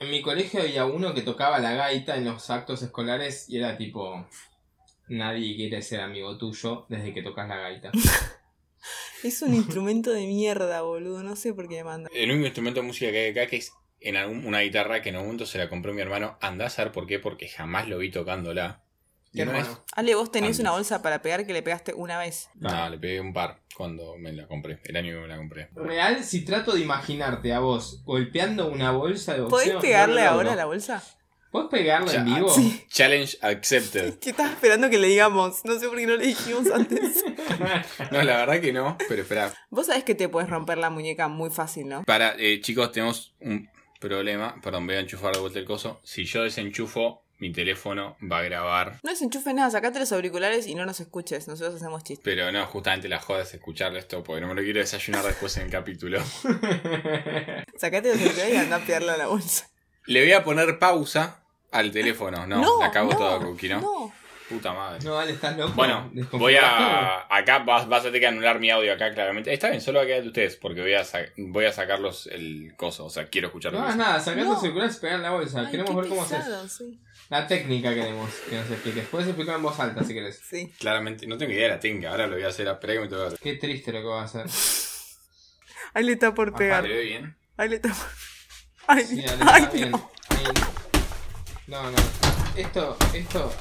S1: En mi colegio había uno que tocaba la gaita en los actos escolares y era tipo. Nadie quiere ser amigo tuyo desde que tocas la gaita.
S2: Es un instrumento de mierda, boludo, no sé por qué me manda.
S3: El único instrumento de música que hay acá que es en algún- una guitarra que en un momento se la compró mi hermano. Andá a saber por qué, porque jamás lo vi tocándola.
S1: Ah.
S3: Y
S1: Qué
S3: no
S1: raro.
S3: es-
S2: Ale, vos tenés
S3: Anda.
S2: una bolsa para pegar que le pegaste una vez.
S3: No, le pegué un par cuando me la compré, el año que me la compré.
S1: Real, si trato de imaginarte a vos golpeando una bolsa de boxeo.
S2: ¿Podés pegarle
S1: no lo logro.
S2: ahora a la bolsa?
S1: ¿Podés pegarla en
S3: Ya,
S1: vivo?
S2: sí.
S3: Challenge accepted.
S2: ¿Qué estás esperando que le digamos? No sé por qué no le dijimos antes.
S3: No, la verdad que no, pero espera.
S2: Vos sabés que te puedes romper la muñeca muy fácil, ¿no?
S3: Para, eh, chicos, tenemos un problema. Perdón, voy a enchufar de vuelta el coso. Si yo desenchufo, mi teléfono va a grabar.
S2: No desenchufes nada, sacate los auriculares y no nos escuches, nosotros hacemos chistes.
S3: Pero no, justamente la joda es escucharle esto, porque no me lo quiero desayunar después en el capítulo.
S2: Sacate los auriculares y anda a pegarle a la bolsa.
S3: Le voy a poner pausa al teléfono. No, la cago toda, Cookie, ¿no? Puta madre.
S1: No, Ale, estás loco.
S3: Bueno, voy a. Acá vas, vas a tener que anular mi audio acá, claramente. Está bien, solo va a quedar de ustedes, porque voy a, sa- voy a sacarlos el coso. O sea, quiero escucharlo.
S1: No hagas nada, sacando
S2: No.
S1: circulares y pegar la bolsa.
S2: Ay,
S1: queremos
S2: qué
S1: ver cómo haces.
S2: pesado, sí.
S1: La técnica queremos que nos expliques. Puedes explicar en voz alta si querés.
S2: Sí.
S3: Claramente, no tengo idea de la técnica, ahora lo voy a hacer. Espera que me toque. ahora.
S1: Qué triste lo que va a hacer.
S2: Ahí le está por
S3: Ah,
S2: pegar.
S3: ¿le doy bien?
S2: Ahí le está por. Ay,
S1: Sí, Ale,
S2: ay,
S1: está bien.
S2: no.
S1: Ahí- No, no. Esto, esto.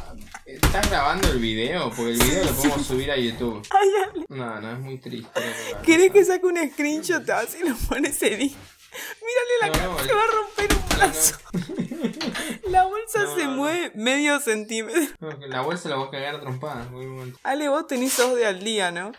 S1: ¿Estás grabando el video? Porque el video lo podemos subir a YouTube.
S2: Ay, Ale,
S1: No, no, es muy triste. lo que va a
S2: ¿Querés que
S1: pasar.
S2: saque un screenshot así y lo pones en Insta? Mírale la
S1: No, no,
S2: cara, se
S1: Ale.
S2: va a romper un brazo. La bolsa
S1: No,
S2: se
S1: no.
S2: mueve medio centímetro.
S1: No, que La bolsa la voy a cagar a trompadas. voy un momento.
S2: Ale, vos tenés dos de al día, ¿no?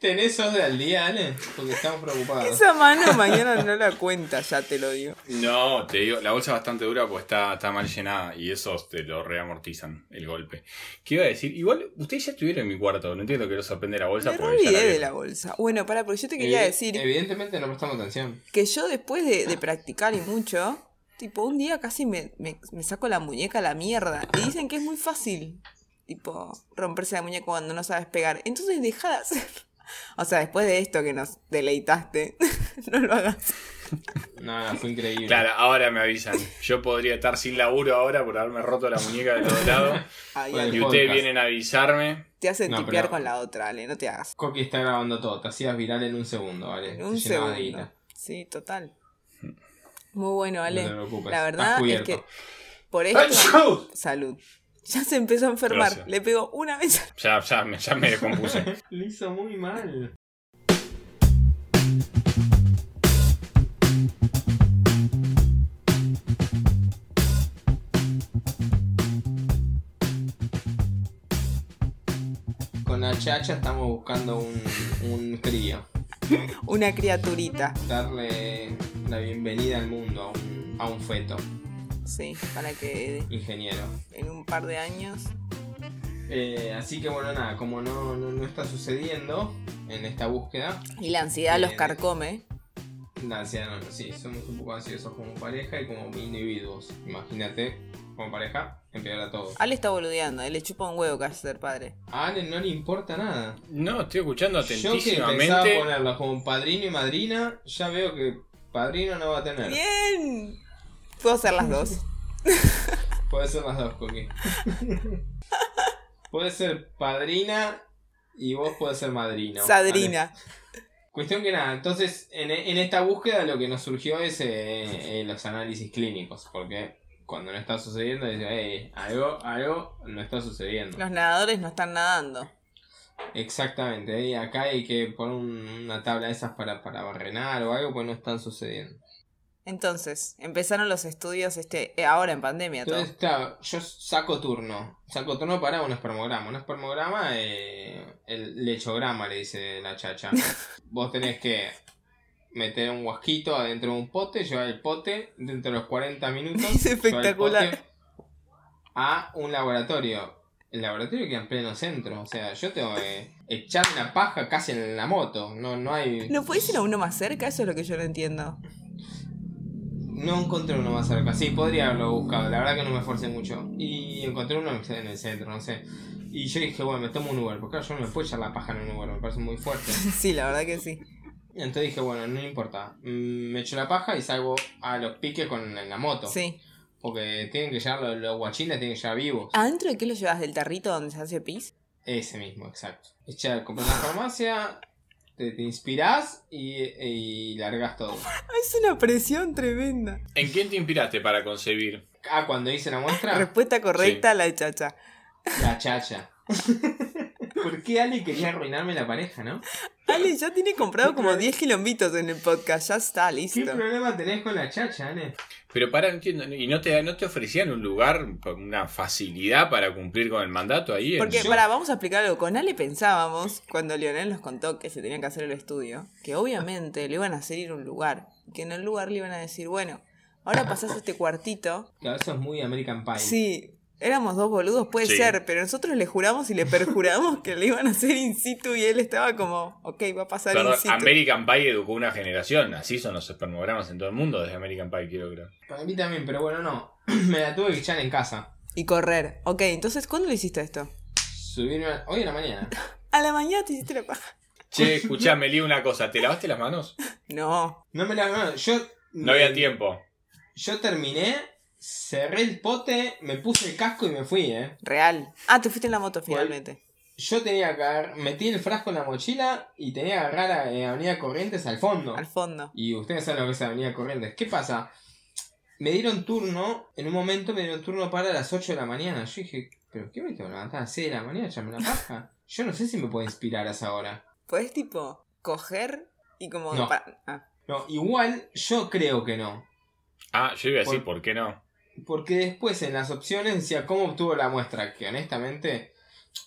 S1: ¿Tenés sos de al día, Ale? Porque estamos preocupados.
S2: Esa mano mañana no la cuenta, ya te lo digo.
S3: No, te digo, la bolsa es bastante dura porque está, está mal llenada y esos te lo reamortizan el golpe. ¿Qué iba a decir? Igual, ustedes ya estuvieron en mi cuarto, no entiendo que los sorprende la bolsa
S2: Me re
S3: porque ya la
S2: olvidé de
S3: vi.
S2: la bolsa. Bueno, pará, porque yo te quería
S1: Evi-
S2: decir
S1: Evidentemente no prestamos atención.
S2: que yo después de, de practicar y mucho, tipo, un día casi me, me- me saco la muñeca a la mierda. Y dicen que es muy fácil, tipo, romperse la muñeca cuando no sabes pegar. Entonces deja de hacer. O sea, después de esto que nos deleitaste, no lo hagas.
S1: No, no, fue increíble.
S3: Claro, ahora me avisan. Yo podría estar sin laburo ahora por haberme roto la muñeca de todos lados.
S2: Ay,
S1: Bueno,
S2: Ale,
S3: y
S1: podcast.
S3: ustedes vienen a avisarme.
S2: te hacen
S1: No,
S2: tipear
S1: pero-
S2: con la otra, Ale, no te hagas.
S1: Coqui está grabando todo, te hacías viral en un segundo, ¿vale?
S2: En
S1: Te
S2: un
S1: llenaba de
S2: segundo.
S1: guita. Mm.
S2: Sí, total. Muy bueno, Ale.
S1: No te preocupes,
S2: la
S1: estás
S2: verdad es
S1: cubierto.
S2: que por
S3: ¡Ay,
S2: esto...
S3: Dios!
S2: Salud. Ya se empezó a enfermar.
S3: Gracias.
S2: Le pegó una vez.
S3: Ya, ya, me- ya me descompuse.
S1: Lo hizo muy mal. Con la chacha estamos buscando un, un crío.
S2: Una criaturita.
S1: Darle la bienvenida al mundo a un, a un feto,
S2: Sí, para que
S1: ingeniero.
S2: en un par de años.
S1: Eh, así que bueno, nada, como no, no, no está sucediendo en esta búsqueda,
S2: Y la ansiedad
S1: Bien.
S2: los carcome.
S1: la ansiedad no, sí, somos un poco ansiosos como pareja y como individuos. Imagínate, como pareja, empeora todo.
S2: Ale está boludeando. Él le chupa un huevo que hace ser padre.
S1: A Ale no le importa nada.
S3: No, estoy escuchando
S1: Yo que pensaba
S3: atentísimamente.
S1: ponerla como padrino y madrina, ya veo que padrino no va a tener.
S2: ¡Bien! Puedo hacer las dos.
S1: Puede ser las dos, Coqui. puede ser padrina y vos puedes ser madrino. Ale.
S2: Sadrina.
S1: Cuestión que nada, entonces en, en esta búsqueda lo que nos surgió es eh, eh, los análisis clínicos, porque cuando no está sucediendo, dice, "Eh, algo, algo no está sucediendo.
S2: Los nadadores no están nadando.
S1: Exactamente, y acá hay que poner un- una tabla de esas para, para barrenar o algo, pues no están sucediendo.
S2: Entonces, empezaron los estudios este eh, ahora en pandemia. todo.
S1: Entonces, claro, yo saco turno, saco turno para un espermograma. Un espermograma, eh, el lechograma, le dice la chacha. Vos tenés que meter un guasquito adentro de un pote, llevar el pote dentro de los 40 minutos.
S2: Es
S1: llevar el
S2: espectacular.
S1: pote A un laboratorio. El laboratorio queda en pleno centro. O sea, yo tengo que echar una paja casi en la moto. No, no hay.
S2: ¿No puedes ir a uno más cerca? Eso es lo que yo no entiendo.
S1: No encontré uno más cerca. Sí, podría haberlo buscado. La verdad que no me esforcé mucho. Y encontré uno en el centro, no sé. Y yo dije, bueno, me tomo un Uber. Porque claro, yo no me puedo echar la paja en un Uber. Me parece muy fuerte.
S2: Sí, la verdad que sí.
S1: Entonces dije, bueno, no importa. Mm, Me echo la paja y salgo a los piques con en la moto.
S2: Sí.
S1: Porque tienen que llegar los, los guachiles, tienen que llegar vivos.
S2: ¿Adentro de qué lo llevas? ¿Del tarrito donde se hace pis?
S1: Ese mismo, exacto. Echar, compras la farmacia, te, te inspirás y, y largas todo.
S2: Es una presión tremenda.
S3: ¿En quién te inspiraste para concebir?
S1: Ah, cuando hice la muestra,
S2: Respuesta correcta, la de Chacha.
S1: la chacha. ¿Por qué Ale quería arruinarme la pareja, no?
S2: Ale ya tiene comprado como 10 quilombitos en el podcast, ya está
S1: ¿Qué
S2: listo.
S1: problema tenés con la chacha, Ale?
S3: Pero para, no entiendo, ¿y no te, no te ofrecían un lugar, una facilidad para cumplir con el mandato ahí? en-
S2: Porque, para, vamos a explicar algo. Con Ale pensábamos, cuando Leonel nos contó que se tenían que hacer el estudio, que obviamente le iban a hacer ir a un lugar. Que en el lugar le iban a decir, bueno, ahora pasás a este cuartito.
S1: Claro, eso es muy American Pie.
S2: Sí, éramos dos boludos, puede
S3: Sí.
S2: ser, pero nosotros le juramos y le perjuramos que le iban a hacer in situ y él estaba como, ok, va a pasar
S3: Perdón,
S2: in situ.
S3: American Pie educó una generación, así son los espermogramas en todo el mundo desde American Pie, quiero creer.
S1: Para mí también, pero bueno, no. Me la tuve que echar en casa.
S2: Y correr. Ok, entonces, ¿cuándo le hiciste esto?
S1: Subieron hoy en la mañana.
S2: A la mañana te hiciste la paja.
S3: Che, escuchame, Lee, una cosa, ¿te lavaste las manos?
S2: No.
S1: No me la. No, yo.
S3: No había tiempo.
S1: Yo terminé, cerré el pote, me puse el casco y me fui, eh.
S2: Real. Ah, te fuiste en la moto finalmente.
S1: Yo tenía que agarrar. Metí el frasco en la mochila y tenía que agarrar a eh, Avenida Corrientes al fondo.
S2: Al fondo.
S1: Y ustedes saben lo que es Avenida Corrientes. ¿Qué pasa? Me dieron turno, en un momento me dieron turno para las 8 de la mañana. Yo dije, ¿pero qué me tengo que levantar a las 6 de la mañana? Ya me la paja. Yo no sé si me puedo inspirar a esa hora.
S2: Podés tipo coger y como...
S1: No.
S2: pa- ah.
S1: No, igual yo creo que no.
S3: Ah, yo iba a decir,
S1: Por-
S3: ¿por qué no?
S1: Porque después en las opciones decía cómo obtuvo la muestra, que honestamente,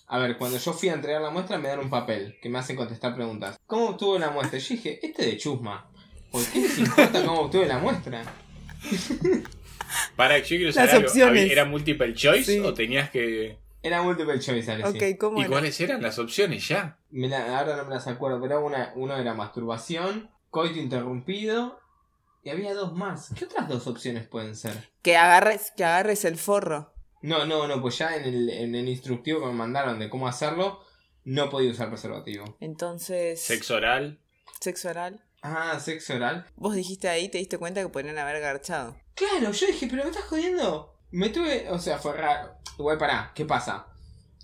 S1: a ver, cuando yo fui a entregar la muestra me dan un papel que me hacen contestar preguntas. ¿Cómo obtuvo la muestra? Yo dije, este de chusma. ¿Por qué les importa cómo obtuve la muestra?
S3: Para, yo quiero
S2: Las
S3: saber algo.
S2: opciones.
S3: ¿Era multiple choice
S2: Sí.
S3: o tenías que...?
S1: Era multiple choice, Alexis.
S2: Ok, ¿cómo
S3: ¿Y
S2: era?
S3: cuáles eran las opciones ya?
S1: Me la- ahora no me las acuerdo, pero una, uno era masturbación, coito interrumpido, y había dos más. ¿Qué otras dos opciones pueden ser?
S2: Que agarres, que agarres el forro.
S1: No, no, no, pues ya en el, en el instructivo que me mandaron de cómo hacerlo, no podía usar preservativo.
S2: Entonces...
S3: Sexo oral.
S2: sexo oral.
S1: Ah, sexo oral.
S2: Vos dijiste ahí, te diste cuenta que podrían haber garchado.
S1: Claro, yo dije, pero me estás jodiendo. Me tuve, o sea, fue raro. Igual pará, ¿qué pasa?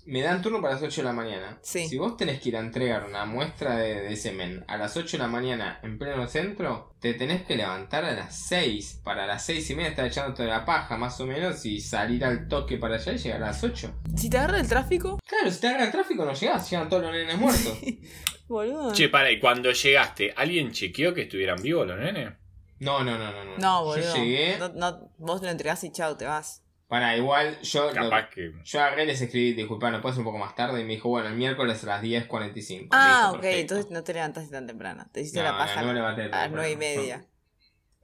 S1: Me dan turno para las 8 de la mañana.
S2: Sí.
S1: Si vos tenés que ir a entregar una muestra de, de semen a las 8 de la mañana en pleno centro, te tenés que levantar a las 6. Para las 6 y media estar echándote la paja, más o menos, y salir al toque para allá y llegar a las 8.
S2: Si te agarra el tráfico,
S1: Claro, si te agarra el tráfico no llegás, llegan todos los nenes muertos.
S2: boludo.
S3: Che, para, y cuando llegaste, ¿alguien chequeó que estuvieran vivos los nenes?
S1: No, no, no, no. No,
S2: No, boludo.
S1: Yo llegué.
S2: No, no, vos lo entregás y chao, te vas.
S1: Para igual, yo. lo-
S3: Capaz que...
S1: Yo agarré, les escribí, disculpa, no puedes un poco más tarde. Y me dijo, bueno, el miércoles a las 10.45.
S2: Ah,
S1: Listo,
S2: ok,
S1: perfecto.
S2: entonces no te levantaste tan temprano. Te hiciste
S1: No,
S2: la paja
S1: no me levanté
S2: a las
S1: temprano.
S2: nueve y media.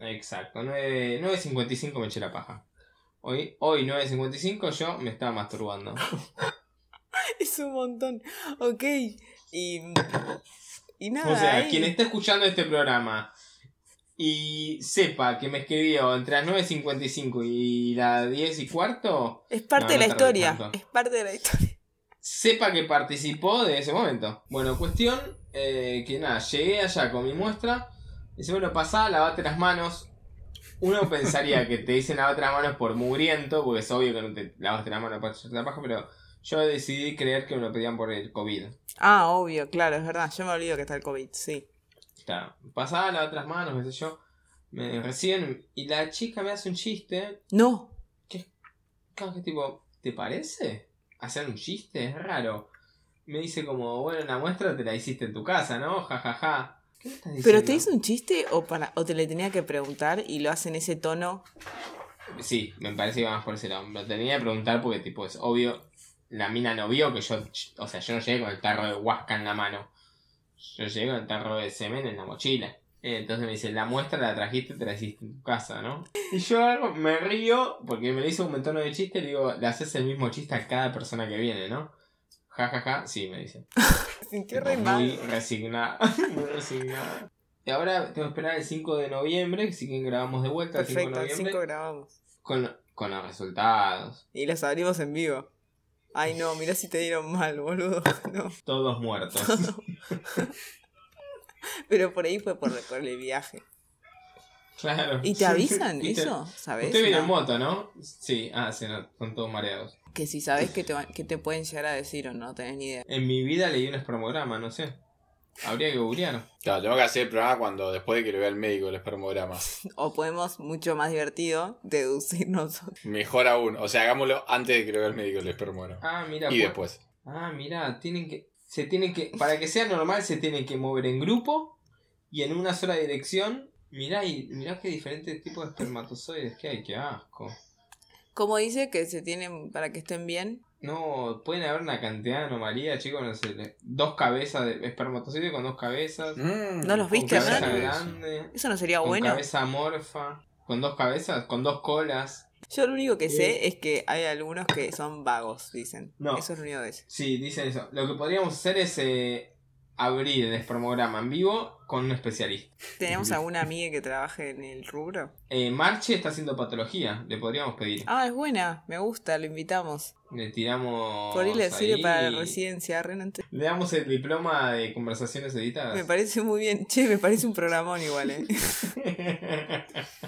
S1: Exacto, nueve- 9.55 me eché la paja. Hoy, hoy 9.55 yo me estaba masturbando.
S2: Es un montón. Ok. Y. Y nada.
S1: o sea,
S2: ahí.
S1: quien está escuchando este programa y sepa que me escribió entre las 9.55 y las 10 y cuarto,
S2: Es parte
S1: No, no
S2: de la
S1: te
S2: historia.
S1: arrepiento.
S2: Es parte de la historia.
S1: sepa que participó de ese momento. Bueno, cuestión eh, que nada, llegué allá con mi muestra. Dice, bueno, pasá, lavate las manos. Uno pensaría que te dicen lavate las manos por mugriento, porque es obvio que no te lavaste las manos para echarte la paja, pero yo decidí creer que me lo pedían por el COVID.
S2: Ah, obvio, claro, es verdad. Yo me olvido que está el COVID, sí.
S1: Claro, pasá, lavate las manos, qué sé yo. Me reciben y la chica me hace un chiste.
S2: No.
S1: Claro, que tipo, ¿te parece? Hacer un chiste, es raro. Me dice como, bueno, la muestra te la hiciste en tu casa, ¿no? Ja, ja, ja. ¿Qué me estás diciendo?
S2: ¿Pero te hizo un chiste o, para, o te le tenía que preguntar y lo hace en ese tono?
S1: Sí, me parece que va más por ese lado. Lo tenía que preguntar porque, tipo, es obvio. La mina no vio que yo. O sea, yo no llegué con el tarro de huasca en la mano. Yo llegué con el tarro de semen en la mochila. Eh, Entonces me dice, la muestra la trajiste, te la hiciste en tu casa, ¿no? Y yo agarro, me río porque me lo hizo un tono de chiste y le digo, le haces el mismo chiste a cada persona que viene, ¿no? Ja, ja, ja. Sí, me dice.
S2: Sintió
S1: Tipo,
S2: re
S1: muy
S2: mal.
S1: resignada. muy resignada. Y ahora tengo que esperar el 5 de noviembre, así que grabamos de vuelta el 5 de
S2: Perfecto, el
S1: noviembre
S2: 5 grabamos.
S1: con, con los resultados.
S2: Y los abrimos en vivo. Ay, no, mirá si te dieron mal, boludo. No.
S1: Todos muertos.
S2: Pero por ahí fue por, por el viaje.
S1: claro.
S2: ¿Y te avisan
S1: Y te-
S2: eso? ¿Sabes?
S1: Usted viene
S2: No.
S1: en moto, ¿no? Sí, ah, sí, no, son todos mareados.
S2: Que si sabes que te, van- que te pueden llegar a decir o no, tenés ni idea.
S1: En mi vida leí unos cromogramas, no sé. Habría que googlear.
S3: Claro, tengo que hacer el programa cuando, después de que lo vea el médico, el espermograma.
S2: O podemos, mucho más divertido, deducir nosotros.
S3: Mejor aún. O sea, hagámoslo antes de que lo vea el médico, el espermograma.
S1: Ah, mira.
S3: y
S1: pues-
S3: después.
S1: Ah, mira, tienen que. Se tienen que. Para que sea normal, se tienen que mover en grupo y en una sola dirección. Mirá, y mirá qué diferentes tipos de espermatozoides que hay, qué asco.
S2: Como dice que se tienen para que estén bien.
S1: No, pueden haber una cantidad de anomalías, chicos, no sé. le- Dos cabezas de espermatozoides con dos cabezas.
S3: Mm,
S2: No los
S1: Con
S2: viste,
S1: cabeza
S2: ¿no?
S1: grande.
S2: Eso no sería
S1: Con
S2: bueno.
S1: cabeza amorfa. Con dos cabezas, con dos colas.
S2: Yo lo único que sé es que hay algunos que son vagos, dicen.
S1: No.
S2: Eso es lo único que sé.
S1: Sí, dicen eso. Lo que podríamos hacer es eh, abrir el espermograma en vivo con un especialista.
S2: ¿Tenemos alguna amiga que trabaje en el rubro?
S1: Eh, Marche está haciendo patología, le podríamos pedir.
S2: Ah, es buena, me gusta, lo invitamos.
S1: Le tiramos.
S2: Por ahí le sirve
S1: ahí.
S2: para la residencia, re, no ent-
S1: Le damos el diploma de conversaciones
S2: Me
S1: editadas.
S2: parece muy bien. Che, me parece un programón igual, ¿eh?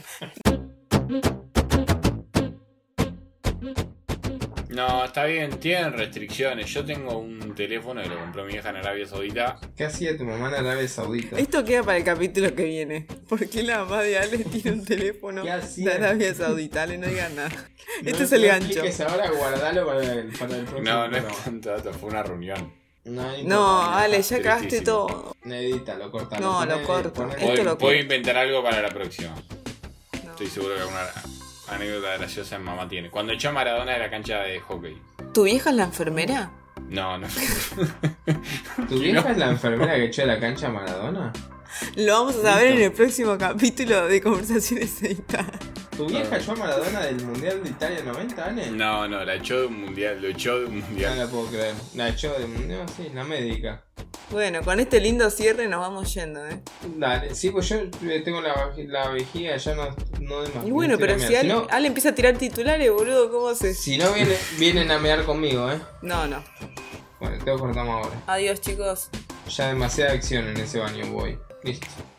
S3: No, está bien, tienen restricciones. Yo tengo un teléfono que lo compró mi vieja en Arabia Saudita.
S1: ¿Qué hacía tu mamá en Arabia Saudita?
S2: Esto queda para el capítulo que viene. ¿Por qué la mamá de Ale tiene un teléfono
S1: ¿Qué
S2: de
S1: hacía?
S2: Arabia Saudita? Ale, no digas nada.
S1: No
S2: este
S1: lo-
S2: es el
S1: no
S2: gancho.
S1: expliques ahora, guardalo para el, para el próximo.
S3: No, no es
S1: programa.
S3: tanto dato, fue una reunión.
S1: No, importa,
S2: No,
S1: no
S2: Ale,
S1: está.
S2: ya cagaste
S3: tristísimo.
S2: todo.
S1: No, Edítalo, cortalo.
S2: No,
S1: Ponele-
S2: lo corto. Este
S1: ponele-
S2: Esto
S3: Puedo,
S2: lo
S3: puedo
S2: que-
S3: inventar algo para la próxima.
S2: No.
S3: Estoy seguro que alguna anécdota graciosa en mamá tiene. Cuando echó a Maradona de la cancha de hockey.
S2: ¿Tu vieja es la enfermera?
S3: No, no.
S1: ¿Tu vieja es la enfermera que echó de la cancha a Maradona?
S2: Lo vamos a saber
S1: Listo.
S2: en el próximo capítulo de Conversaciones Editadas.
S1: ¿Tu vieja echó a Maradona del Mundial de Italia 90, Ale?
S3: No, no, la echó de un mundial, lo echó de un
S1: No
S3: mundial.
S1: la puedo creer. La echó del Mundial, sí, la médica.
S2: Bueno, con este lindo cierre nos vamos yendo, ¿eh?
S1: Dale, sí, pues yo eh, tengo la, la vejiga, ya no, no de más.
S2: Y bueno, pero si
S1: si
S2: Ale,
S1: no,
S2: Ale empieza a tirar titulares, boludo, ¿cómo haces?
S1: si no viene, vienen a mear conmigo, ¿eh?
S2: No, no.
S1: Bueno, tengo que cortamos ahora.
S2: Adiós, chicos.
S1: Ya demasiada acción en ese baño, voy. Listo.